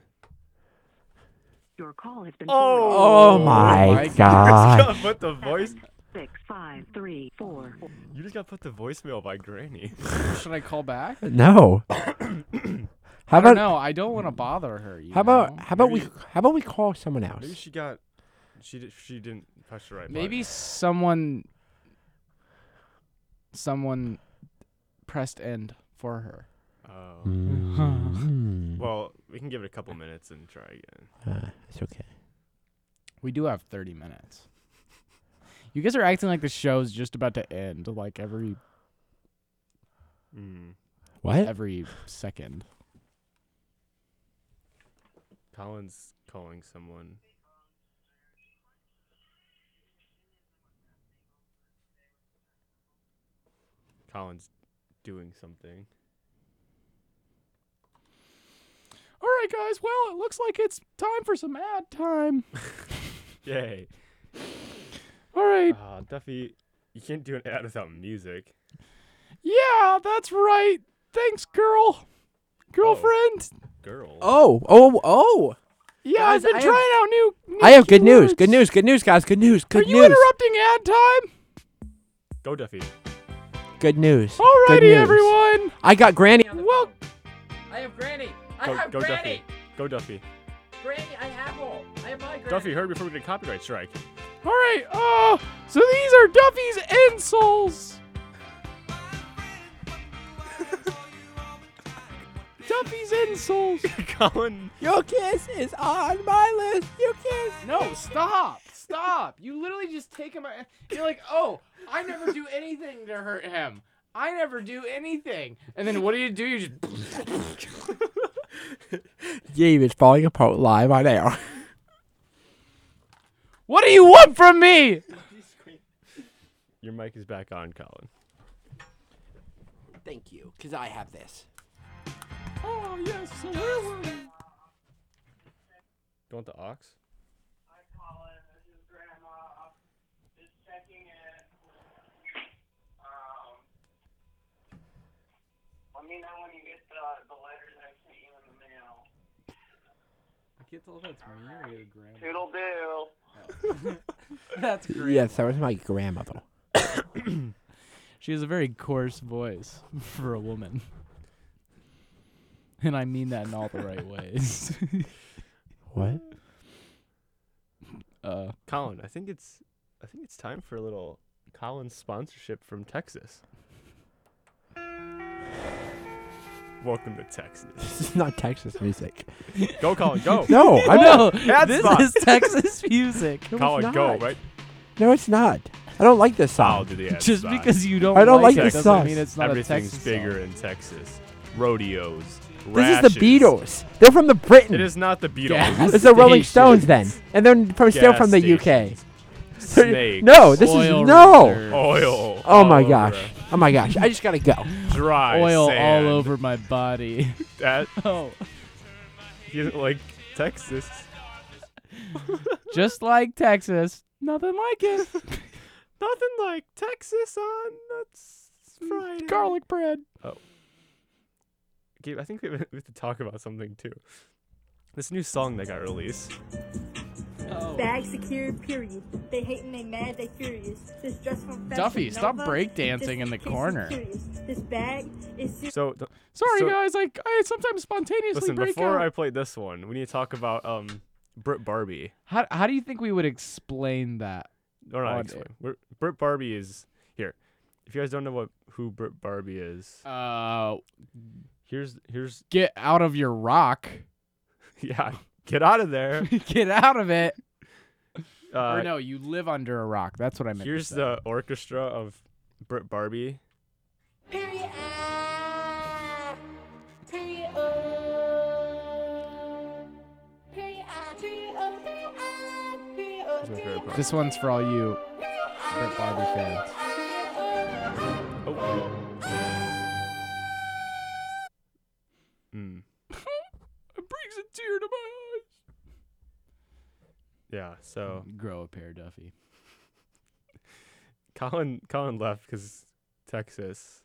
L: Your call has been
A: Oh my,
C: my
A: god.
B: Just gotta put the voice.
L: six five three four.
B: You just got put the voicemail by Granny.
C: Should I call back?
A: No. How
C: I don't
A: about
C: know. I don't want to bother her. you
A: How about
C: know?
A: how about we
B: Maybe-
A: how about we call someone
B: Maybe
A: else?
B: she got. She did, she didn't press the right. button.
C: Maybe someone. Someone pressed end for her.
B: Oh.
A: Hmm. Mm.
B: Well, we can give it a couple minutes and try again.
A: Uh, it's okay.
C: We do have 30 minutes. You guys are acting like the show's just about to end, like every
B: Mm.
A: What?
C: every second.
B: Colin's calling someone. Colin's doing something.
C: All right, guys. Well, it looks like it's time for some ad time.
B: Yay!
C: All right.
B: Uh, Duffy, you can't do an ad without music.
C: Yeah, that's right. Thanks, girl. Girlfriend.
B: Girl.
A: Oh, oh, oh!
C: Yeah,
A: Guys,
C: I've
A: I
C: been
A: have-
C: trying out new, new
A: I have good news.
C: keywords.
A: Good news. Good news, guys. Good news.
C: Are
A: Good
C: you
A: news.
C: interrupting ad time?
B: Go, Duffy.
A: Good news. Good
C: Alrighty,
A: news.
C: everyone.
A: I got Granny.
C: Well,
A: I have Granny.
B: Go, go Duffy. Go, Duffy.
A: Granny, I have her. I have my Granny.
B: Duffy, hurry before we get a copyright strike.
C: all right. Uh, so these are Duffy's insoles.
H: Duffy's insoles.
B: Colin.
A: Your kiss is on my list. Your kiss.
H: No, stop. Stop. You literally just take him. out- You're like, oh, I never do anything to hurt him. I never do anything. And then what do you do? You just.
A: Gabe is falling apart live on air.
H: what do you want from me?
B: Your mic is back on, Colin.
A: Thank you, because I have this.
M: Oh, yes, so where were we?
B: Do you want the aux?
N: Let me know when you get the, the letters I sent you in the mail.
H: I can't tell if that's me or your
N: Toodle
H: grandma.
N: doo.
H: That's great.
A: Yes, that was my grandmother.
H: She has a very coarse voice for a woman. And I mean that in all the right ways.
A: What?
H: uh,
B: Colin, I think it's I think it's time for a little Colin sponsorship from Texas. Welcome to Texas.
A: This is not Texas music.
B: Go, Colin, go.
A: No, I'm
H: No,
A: not.
B: That's
H: this
B: not-
H: is Texas music.
A: No, it's
B: Colin, go,
A: not.
B: right?
A: No, it's not. I don't like this song.
B: I'll do the ads.
H: Just
B: bye.
H: because you don't,
A: I don't like
H: it
A: this
H: doesn't
A: sauce.
H: mean it's not a
B: Everything's
H: Texas
B: bigger
H: song.
B: in Texas. Rodeos.
A: This
B: rashes.
A: is the Beatles. They're from the Britain.
B: It is not the Beatles.
H: Gas
A: It's the Rolling Stones then,
H: stations.
A: and they're from, still
B: Gas
A: from the
B: stations.
A: UK.
B: Snakes.
A: No, this
H: Oil
A: is no.
H: reserves.
B: Oil.
A: Oh my
B: all over
A: gosh. Oh my gosh. I just gotta go.
B: a- Dry
H: Oil
B: sand.
H: all over my body.
B: That
H: oh,
B: he doesn't like Texas.
H: just like Texas, nothing like it.
B: Nothing like Texas on that's
H: Mm,
B: Friday.
H: Garlic bread.
B: Gabe, I think we have we have to talk about something too. This new song that got released.
C: Bag secure, period. They hating, they mad, they furious. This dress from Fashion
H: Duffy, stop
C: Nova.
H: breakdancing
C: This
H: in the
C: case is
H: corner.
C: curious. This bag is serious.
B: So th-
H: Sorry
B: so-
H: guys, like I sometimes spontaneously
B: Listen,
H: break
B: before
H: out.
B: I play this one, we need to talk about um Britt Barbie.
H: How how do you think we would explain that?
B: Or not
H: on
B: explain.
H: air?
B: We're, Britt Barbie is here. If you guys don't know what who Britt Barbie is,
H: Uh,
B: here's here's
H: get out of your rock.
B: yeah. Get out of there.
H: get out of it.
B: Uh,
H: or no, you live under a rock. That's what I meant. to
B: here's
H: say.
B: the orchestra of Britt Barbie.
O: Period. Ah, Period. Oh. Period. Ah, Period. Oh. Period. Ah, Period. Oh.
B: That's my favorite part.
H: This one's for all you Brit Barbie fans.
B: Oh, Mm,
H: It brings a tear to my
B: yeah. So
H: eyes. Grow a pair, Duffy.
B: Colin Colin left because Texas.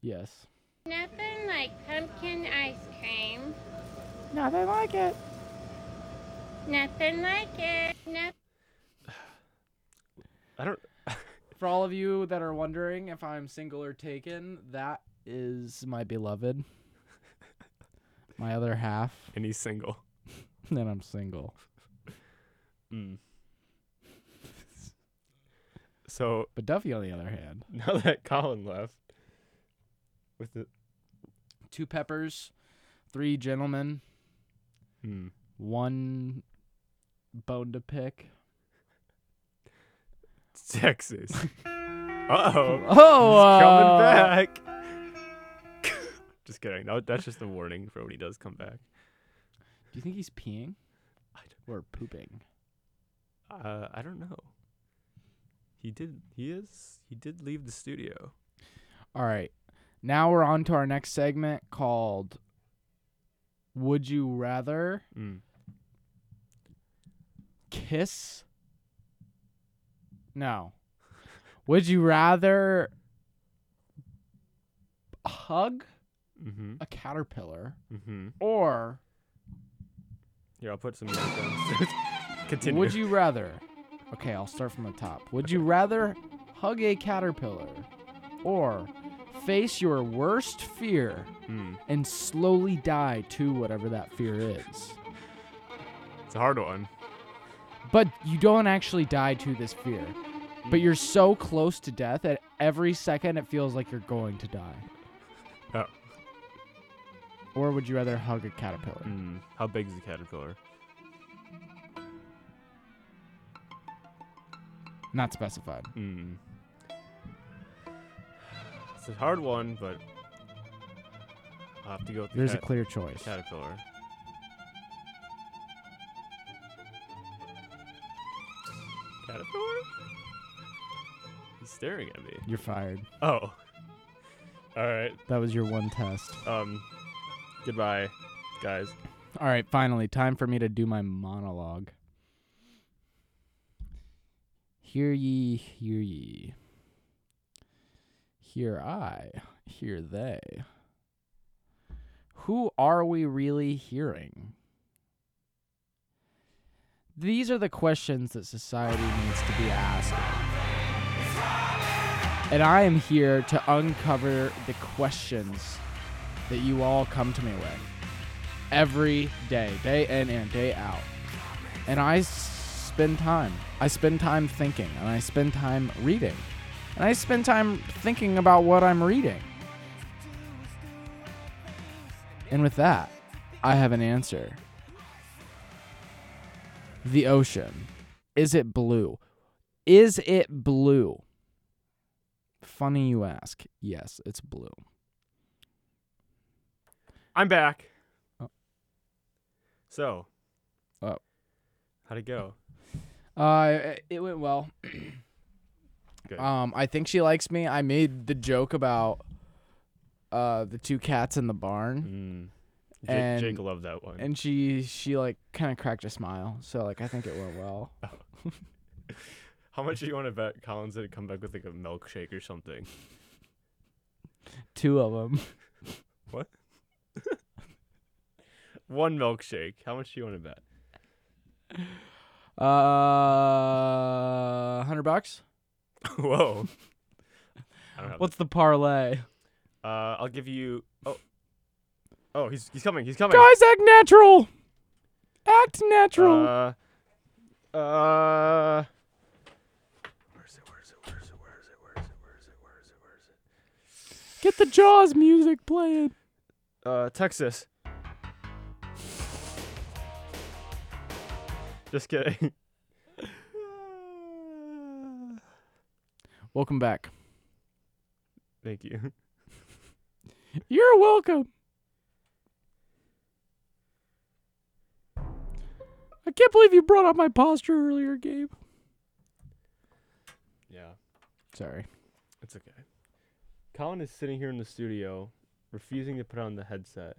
H: Yes.
I: Nothing like pumpkin ice cream.
H: Nothing like it.
I: Nothing like it. No-
B: I don't.
H: For all of you that are wondering if I'm single or taken, that is my beloved. My other half,
B: And he's single.
H: Then I'm single.
B: Mm. So
H: But Duffy, on the other hand,
B: now that Colin left, with the
H: two peppers, three gentlemen,
B: hmm,
H: one bone to pick.
B: Texas. uh oh.
H: Oh,
B: coming
H: uh,
B: back. just kidding. No, that's just a warning for when he does come back.
H: Do you think he's peeing or pooping?
B: Uh, I don't know. He did. He is. He did leave the studio.
H: All right. Now we're on to our next segment called Would You Rather
B: Mm.
H: Kiss? No. Would you rather hug
B: Mm-hmm.
H: a caterpillar
B: Mm-hmm.
H: or
B: Here, I'll put some notes on. Continue.
H: would you rather? Okay, I'll start from the top. Would you rather hug a caterpillar or face your worst fear
B: Mm.
H: and slowly die to whatever that fear is?
B: It's a hard one.
H: But you don't actually die to this fear. But you're so close to death that every second it feels like you're going to die.
B: Oh.
H: or would you rather hug a caterpillar?
B: Hmm. How big is the caterpillar?
H: Not specified.
B: Mm. It's a hard one, but I'll have to go with the
H: There's a
B: cat-
H: clear
B: the
H: choice.
B: caterpillar. Caterpillar? He's staring at me.
H: You're fired.
B: Oh. All right.
H: That was your one test.
B: Um. Goodbye, guys.
H: All right, finally, time for me to do my monologue. Hear ye, hear ye. Hear I, hear they. Who are we really hearing? These are the questions that society needs to be asked. And I am here to uncover the questions that you all come to me with every day, day in and day out. And I s- spend time. I spend time thinking, and I spend time reading. And I spend time thinking about what I'm reading. And with that, I have an answer. The ocean. Is it blue? Is it blue? Funny you ask. Yes, it's blue.
B: I'm back. Oh. So.
H: Oh.
B: How'd it go?
H: Uh, it went well. Um, I think she likes me. I made the joke about uh the two cats in the
B: Mm,
H: barn.
B: Ja- Jake loved that one.
H: And she she like kind of cracked a smile. So like I think it went well.
B: How much do you want to bet Collins didn't come back with like a milkshake or something?
H: two of them.
B: What? One milkshake. How much do you want to bet?
H: Uh, hundred bucks.
B: Whoa. I don't have
H: What's the parlay?
B: that. Uh, I'll give you. Oh. Oh, he's he's coming. He's coming.
H: Guys, act natural. Act natural.
B: Uh. Uh.
H: Get the Jaws music playing.
B: Uh. Texas. Just kidding.
H: Welcome back.
B: Thank you.
H: You're welcome. I can't believe you brought up my posture earlier, Gabe.
B: Yeah.
H: Sorry.
B: It's okay. Colin is sitting here in the studio, refusing to put on the headset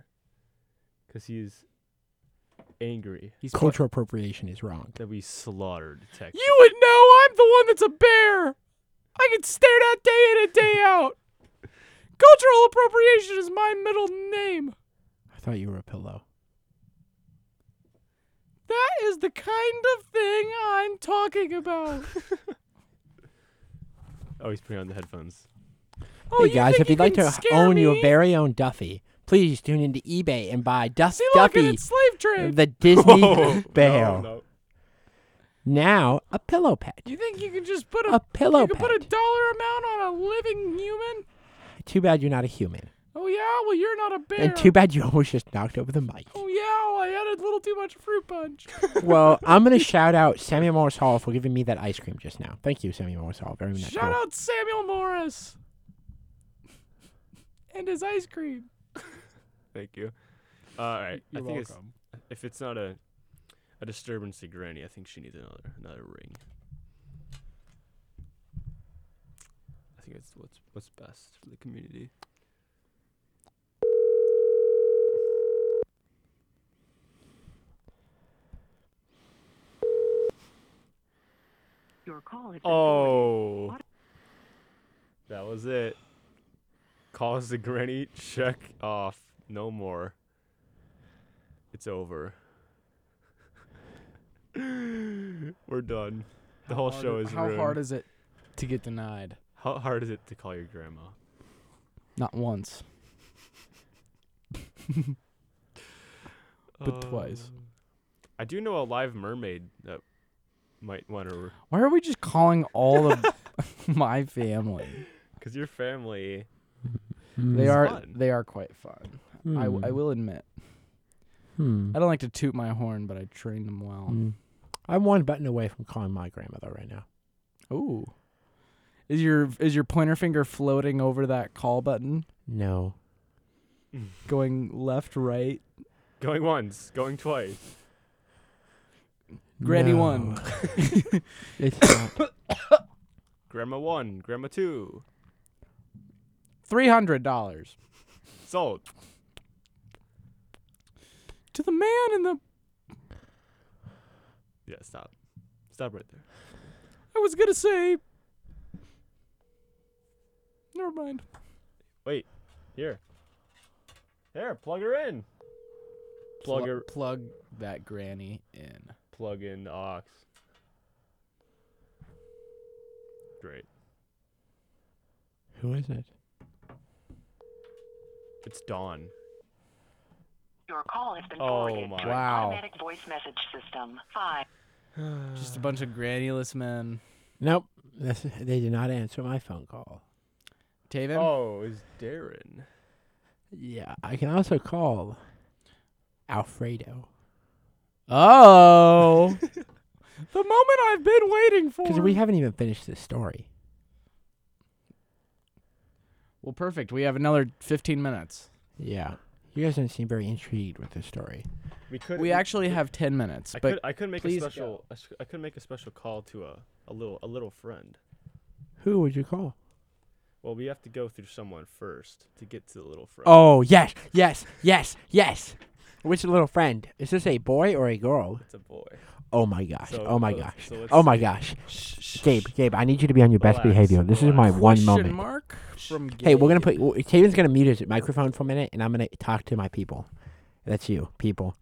B: because he's angry.
H: He's
A: Cultural appropriation is wrong.
B: that we slaughtered Texas.
H: You would know I'm the one that's a bear. I get stared at day in and day out. Cultural appropriation is my middle name.
A: I thought you were a pillow.
H: That is the kind of thing I'm talking about.
B: Oh, he's putting on the headphones.
H: Oh,
A: hey guys, if you'd like to
H: scare
A: own your
H: me?
A: very own Duffy, please tune into eBay and buy Duff
H: look, and
A: Duffy,
H: it's Slave Trade.
A: the Disney
B: Oh,
H: Whoa,
A: bear.
H: no, no.
A: Now a pillow pet.
H: you think you can just put a,
A: A pillow
H: You can put a dollar amount on a living human?
A: Too bad you're not a human,
H: Oh yeah, well you're not a bear.
A: and too bad you almost just knocked over the mic.
H: Oh yeah, well, I had a little too much fruit punch.
A: well, I'm gonna shout out Samuel Morris Hall for giving me that ice cream just now. Thank you, Samuel Morris Hall, very much.
H: Shout out Samuel Morris and his ice cream.
B: Thank you. all right.
H: You're
B: I think
H: welcome.
B: It's, if it's not a a disturbance to Granny, I think she needs another another ring. I think that's what's what's best for the community.
L: Your call has been
B: Oh. That was it. Calls the granny, check off. No more. It's over. We're done. The whole show is
H: How
B: ruined.
H: hard is it to get denied?
B: How hard is it to call your grandma?
H: Not once, but twice.
B: Um, I do know a live mermaid that might want to
H: Why are we just calling all of my family?
B: cuz your family
H: They
B: is
H: are
B: fun.
H: they are quite fun. I,
A: Hmm.
H: I will admit.
A: Hmm.
H: I don't like to toot my horn, but I trained them well.
A: Mm. I'm one button away from calling my grandmother right now.
H: Ooh. Is your is your pointer finger floating over that call button,
A: No.
H: going left, right?
B: Going once, going twice.
H: Granny
A: No.
H: one.
A: It's not.
B: Grandma one, grandma two.
H: Three hundred dollars
B: Sold.
H: to the man in the.
B: Yeah, stop. Stop right there.
H: I was gonna say. Never mind.
B: Wait. Here. There, plug her in. Plug
H: Plu-
B: her
H: plug that granny in.
B: plug in the aux. Great.
A: Who is it?
B: It's Dawn.
L: Your call has been
B: Oh
L: forwarded
B: my.
L: to an
H: Wow.
L: automatic voice message system. Five.
H: Just a bunch of grannyless men.
A: Nope. This, they did not answer my phone call.
H: Taven.
B: Oh, it's Darren.
A: Yeah. I can also call Alfredo.
H: Oh. the moment I've been waiting for.
A: Because we haven't even finished this story.
H: Well, perfect. We have another 15 minutes.
A: Yeah. You guys don't seem very intrigued with this story.
B: We could
H: We actually have 10 minutes,
B: I
H: but
B: could I could make a
H: please
B: special a s- I could make a special call to a, a little a little friend.
A: Who would you call?
B: Well, we have to go through someone first to get to the little friend.
A: Oh, yes, yes, yes, yes. Which little friend? Is this a boy or a girl?
B: It's a boy.
A: Oh my gosh.
B: So-
A: oh my
B: so-
A: gosh.
B: so let's
A: oh my
B: see.
A: gosh. Gabe, Gabe, I need you to be on your best
B: Relax,
A: behavior. This is my
B: relax.
A: one
H: Question
A: moment.
H: mark from
A: Hey, we're gonna put.
H: Gabe.
A: w- Taven's gonna mute his microphone for a minute, and I'm gonna talk to my people. That's you, people.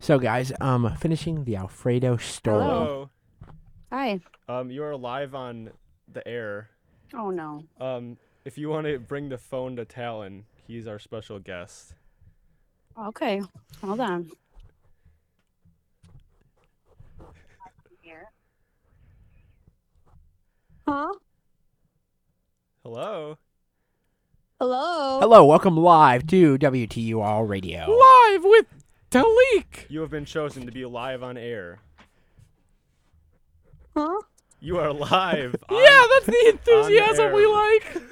A: So, guys, um, finishing the Alfredo story.
B: Hello.
P: Hi.
B: Um, you are live on the air.
P: Oh no.
B: Um, if you want to bring the phone to Talon, he's our special guest.
P: Okay. Hold on. Huh?
B: Hello.
P: Hello.
A: Hello, welcome live to WTUR Radio.
H: Live with Talik.
B: You have been chosen to be live on air.
P: Huh?
B: You are live.
H: Yeah, that's the
B: air.
H: enthusiasm we like.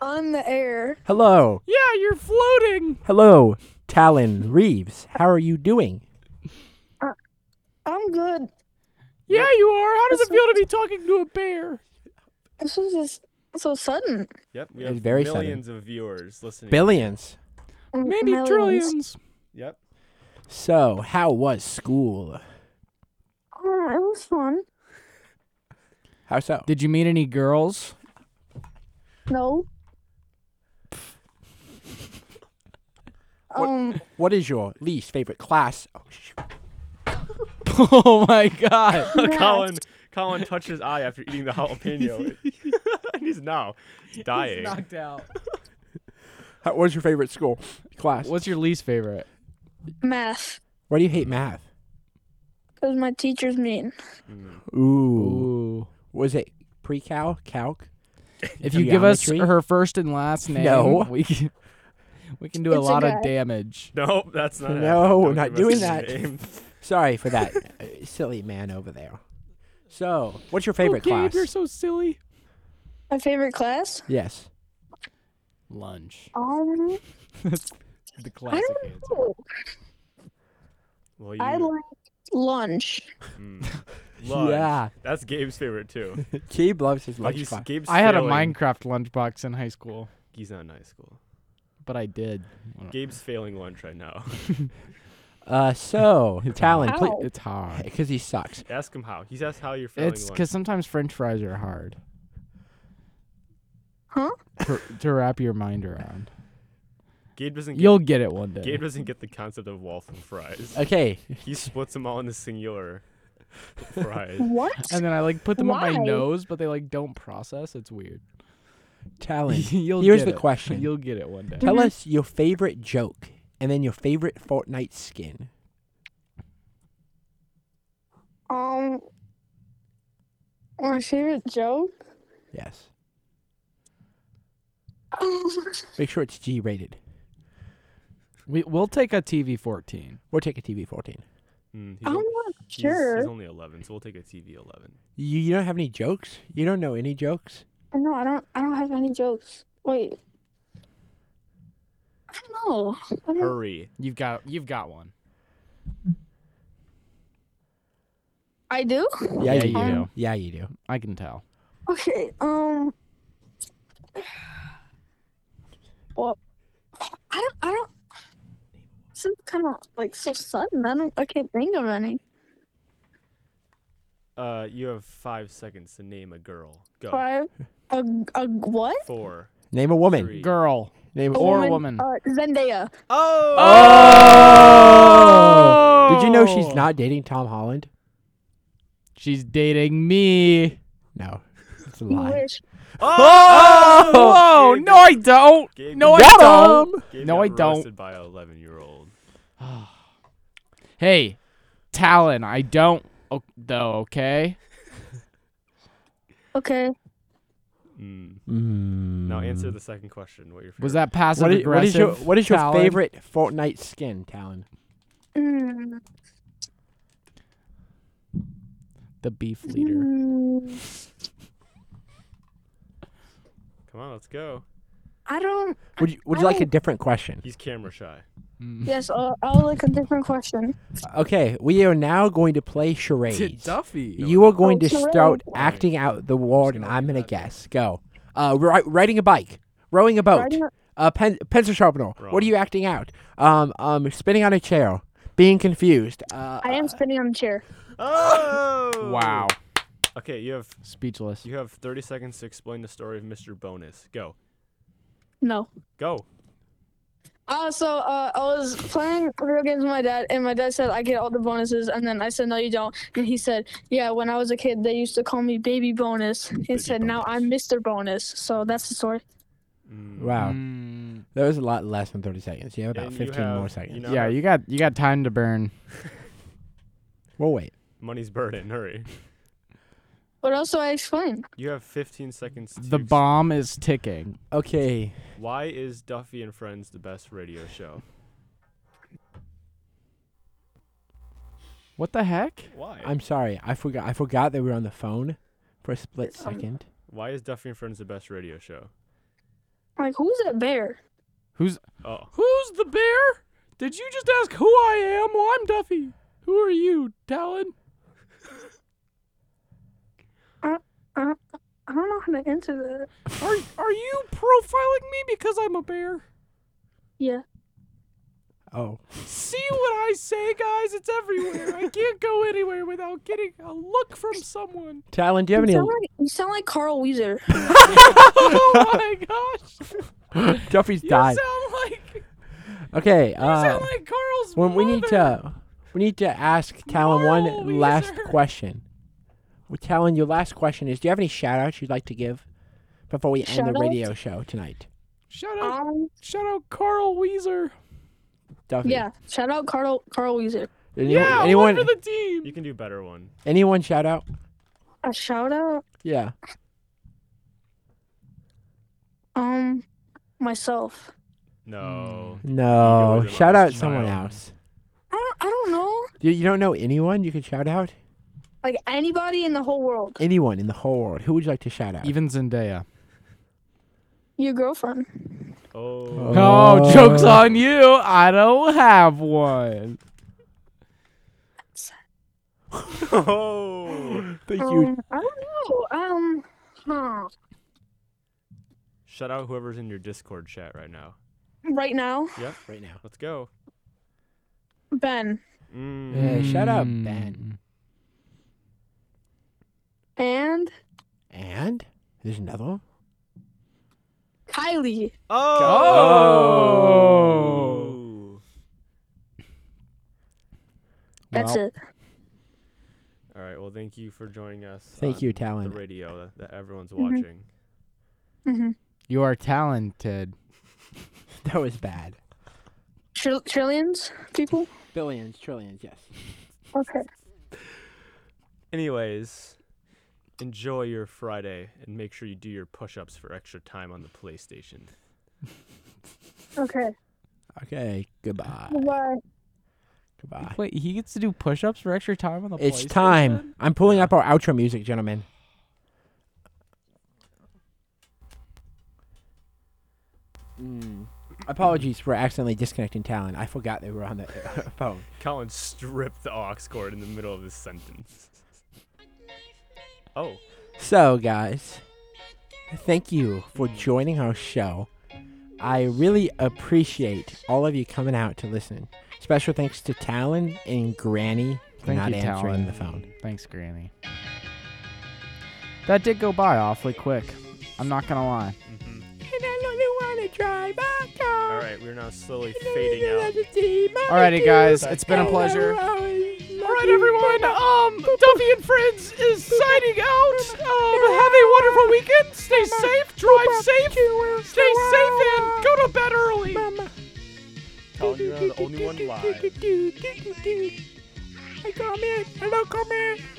P: On the air.
A: Hello,
H: Yeah, you're floating.
A: hello, Talon Reeves. How are you doing?
P: I'm good.
H: Yeah, you are. How does it feel to be talking to a bear?
P: This was just so sudden.
B: Yep, we
A: It
B: have
A: was very sudden.
B: millions of viewers listening.
A: Billions.
H: Maybe
P: Millions.
H: trillions.
B: Yep.
A: So, how was school?
P: Oh, it was fun.
A: How so?
H: Did you meet any girls?
P: No. Um.
A: What is your least favorite class? Oh, sh-
H: oh my god.
B: Colin, Colin touched his eye after eating the jalapeno. and he's now dying.
H: knocked out.
A: how- What is your favorite school class?
H: What's your least favorite?
P: Math.
A: Why do you hate math?
P: Because my teacher's mean.
A: Ooh.
H: Ooh.
A: Was it pre-cal, calc?
H: If you give us
A: Geometry?
H: her first and last name,
A: No.
H: we can, we can do a
P: It's a
H: lot
P: guy.
H: of damage.
B: Nope, that's not.
A: No, we're not
B: happening. Don't
A: doing
B: give us
A: that.
B: his name.
A: Sorry for that uh, silly man over there. So, what's your favorite
H: oh, Gabe,
A: class?
H: you're so silly.
P: My favorite class?
A: yes.
H: Lunch.
P: Um.
H: The
P: I
H: classic
P: don't
H: answer.
P: know.
B: Well,
P: I
B: you-
P: like lunch.
B: lunch.
A: Yeah.
B: That's Gabe's favorite too.
A: Gabe loves his
B: Like
A: lunch
B: he's,
A: class.
B: Gabe's
H: I had a
B: failing-
H: Minecraft lunchbox in high school,
B: He's not in high school.
H: but I did.
B: Gabe's failing lunch right now.
A: Uh, so, Talon,
P: hard.
A: please,
P: Ow.
H: It's hard.
A: because he sucks.
B: Ask him how. He's asked how you're failing
H: It's
B: lunch.
H: because sometimes French fries are hard
P: Huh?
H: to, to wrap your mind around.
B: Gabe doesn't. Get,
H: You'll get it one day.
B: Gabe doesn't get the concept of waffle fries.
A: Okay,
B: He splits them all into singular fries.
P: What?
H: and then I like put them up my
P: Why?
H: nose, but they like don't process. It's weird.
A: Talon.
H: You'll
A: here's
H: get
A: the
H: it.
A: question.
H: You'll get it one day.
A: Tell us your favorite joke and then your favorite Fortnite skin.
P: Um, my favorite joke.
A: Yes.
P: Um,
A: Make sure it's G rated.
H: We we'll take a TV fourteen.
A: We'll take a TV fourteen.
B: Mm, he's on-
P: I'm not
B: he's-
P: sure.
B: He's only 11, so we'll take a TV 11.
A: You, you don't have any jokes? You don't know any jokes?
P: No, I don't. I don't have any jokes. Wait. I don't know. I don't-
B: Hurry.
H: You've got you've got one.
P: I do.
A: Yeah, you,
H: you
A: do.
H: do.
A: Yeah, you do.
H: I can tell.
P: Okay. Um. Well, I don't. I don't. This is kind of like so sudden. I don't. I can't think of any.
B: Uh, you have five seconds to name a girl. Go.
P: Five. A, a what?
B: Four.
A: Name a woman.
H: Girl.
A: Name
P: A
H: or a woman.
P: Uh, Zendaya.
H: Oh.
A: Oh! Did you know she's not dating Tom Holland?
H: She's dating me.
A: No. It's a
P: You
A: lie.
P: wish.
H: Oh!
A: Oh!
H: Whoa, No, I don't.
B: Gabe
H: No, I
B: got
H: don't.
B: Gabe
H: No,
B: got
H: I don't.
B: roasted by an 11 year old.
H: Hey, Talon, I don't. o- Though, okay.
P: Okay.
B: Now answer the second question. What your
H: Was
B: favorite-
H: that passive
A: What is, what is your
H: aggressive,
A: What is your
H: Talon?
A: favorite Fortnite skin, Talon?
P: Mm,
H: The beef leader.
P: mm,
B: Come on, let's go.
P: I don't.
A: Would you Would you like a different question?
B: He's camera shy.
P: Yes. Uh, I'll like a different question.
A: Okay, we are now going to play charades.
H: Duffy.
A: You are going to
P: Oh, charades.
A: start acting out the word, and I'm gonna guess. Go. Uh, ri- riding a bike, rowing a boat,
P: Riding a-
A: a pen- pencil sharpener. What are you acting out? Um, um, spinning on a chair, being confused. Uh,
P: I am spinning on the chair.
B: Oh!
H: Wow.
B: Okay, you have
H: Speechless.
B: you have 30 seconds to explain the story of Mr. Bonus. Go.
P: No.
B: Go.
P: Uh, so uh, I was playing video games with my dad, and my dad said I get all the bonuses, and then I said no, you don't, and he said yeah. When I was a kid, they used to call me Baby Bonus. He said now I'm Mister Bonus. So that's the story.
A: wow,
H: mm,
A: that was a lot less than 30 seconds. You have about
B: And you
A: 15 more
B: have-
A: seconds.
B: you now
H: Yeah,
B: have-
H: you got you got time to burn.
A: We'll wait.
B: Money's burden. Hurry.
P: What else do I explain?
B: You have 15 seconds to
H: The
B: ex-
H: bomb is ticking.
A: Okay,
B: Why is Duffy and Friends the best radio show?
H: What the heck?
B: Why?
A: I'm sorry. I forgot. I forgot that we were on the phone for a split
B: Um,
A: second.
B: Why is Duffy and Friends the best radio show?
P: Like who's that bear?
H: Who's
B: Oh,
H: Who's the bear? Did you just ask who I am? Well, I'm Duffy. Who are you, Talon?
P: Uh, I don't know how to answer that.
H: Are are you profiling me because I'm a bear?
P: Yeah.
A: Oh,
H: See what I say, guys? It's everywhere. I can't go anywhere without getting a look from someone.
A: Talon, do you have any?
P: sound like, you sound like Carl Weezer.
H: Oh my gosh!
A: Duffy's
H: You
A: died.
H: sound like
A: Okay. Uh,
H: sound like Carl's
A: when we need
H: mother.
A: to, we need to ask Talon
H: Moral
A: one last
H: reason.
A: question. Well, Talon, your last question is: Do you have any shout outs you'd like to give before we end the
P: Shout-outs?
A: radio show tonight,
H: shout out,
P: Um,
H: shout out Carl Weezer.
A: Duffy?
P: yeah. Shout out Carl Carl Weezer.
A: Any-
H: Yeah,
A: Anyone?
H: one for the team.
B: you can do better one.
A: Anyone? Shout out?
P: A shout out.
A: Yeah.
P: Um, myself.
H: Hmm.
B: No.
A: No.
B: wasn't
A: Shout out
B: honest,
A: someone
B: Talon.
A: else.
P: I don't. I don't know.
A: You, you don't know anyone you could shout out?
P: Like anybody in the whole world.
A: Anyone in the whole world? Who would you like to shout out?
H: Even Zendaya.
P: Your girlfriend.
B: Oh.
H: Oh, joke's on you. I don't have one.
B: oh.
A: Thank you.
P: Um, I don't know. Um, huh.
B: Shout out whoever's in your Discord chat right now.
P: right now,
B: Yep.
A: Right now.
B: Let's go.
P: Ben
B: Mm.
A: Yeah, shout out
H: Hmm.
A: Ben.
P: and
A: And there's another one.
P: Kylie.
H: Oh.
B: Oh.
P: That's
H: Well,
P: it.
B: All right. Well, thank you for joining us.
A: Thank
B: on
A: you,
B: The
A: Talon.
B: radio that, that everyone's watching.
P: Mm-hmm.
H: You are talented.
A: That was bad.
P: Tr- trillions people.
A: Billions, trillions, yes.
P: Okay.
B: Anyways, enjoy your Friday and make sure you do your push-ups for extra time on the PlayStation.
P: Okay.
A: Okay, goodbye.
P: Goodbye.
A: Goodbye.
H: Wait, he gets to do push-ups for extra time on the
A: It's
H: PlayStation?
A: time. I'm pulling up our outro music, gentlemen. Mm. Apologies for accidentally disconnecting Talon. I forgot they were on the phone.
B: Colin stripped the aux cord in the middle of this sentence. Oh,
A: So, guys, thank you for joining our show. I really appreciate all of you coming out to listen. Special thanks to Talon and Granny for
H: Thank
A: not
H: you,
A: answering
H: Talon.
A: the phone.
H: Thanks, Granny. That did go by awfully quick. I'm not gonna lie.
B: all right. We're now slowly fading out.
H: Alrighty, guys, it's been a pleasure.
C: Alright, everyone, um, Duffy and Friends is signing out. Um, have a wonderful weekend. Stay safe, drive safe, stay safe, and go to bed early.
B: Colin, you're now the only one live.
A: I come in. Hello, come in.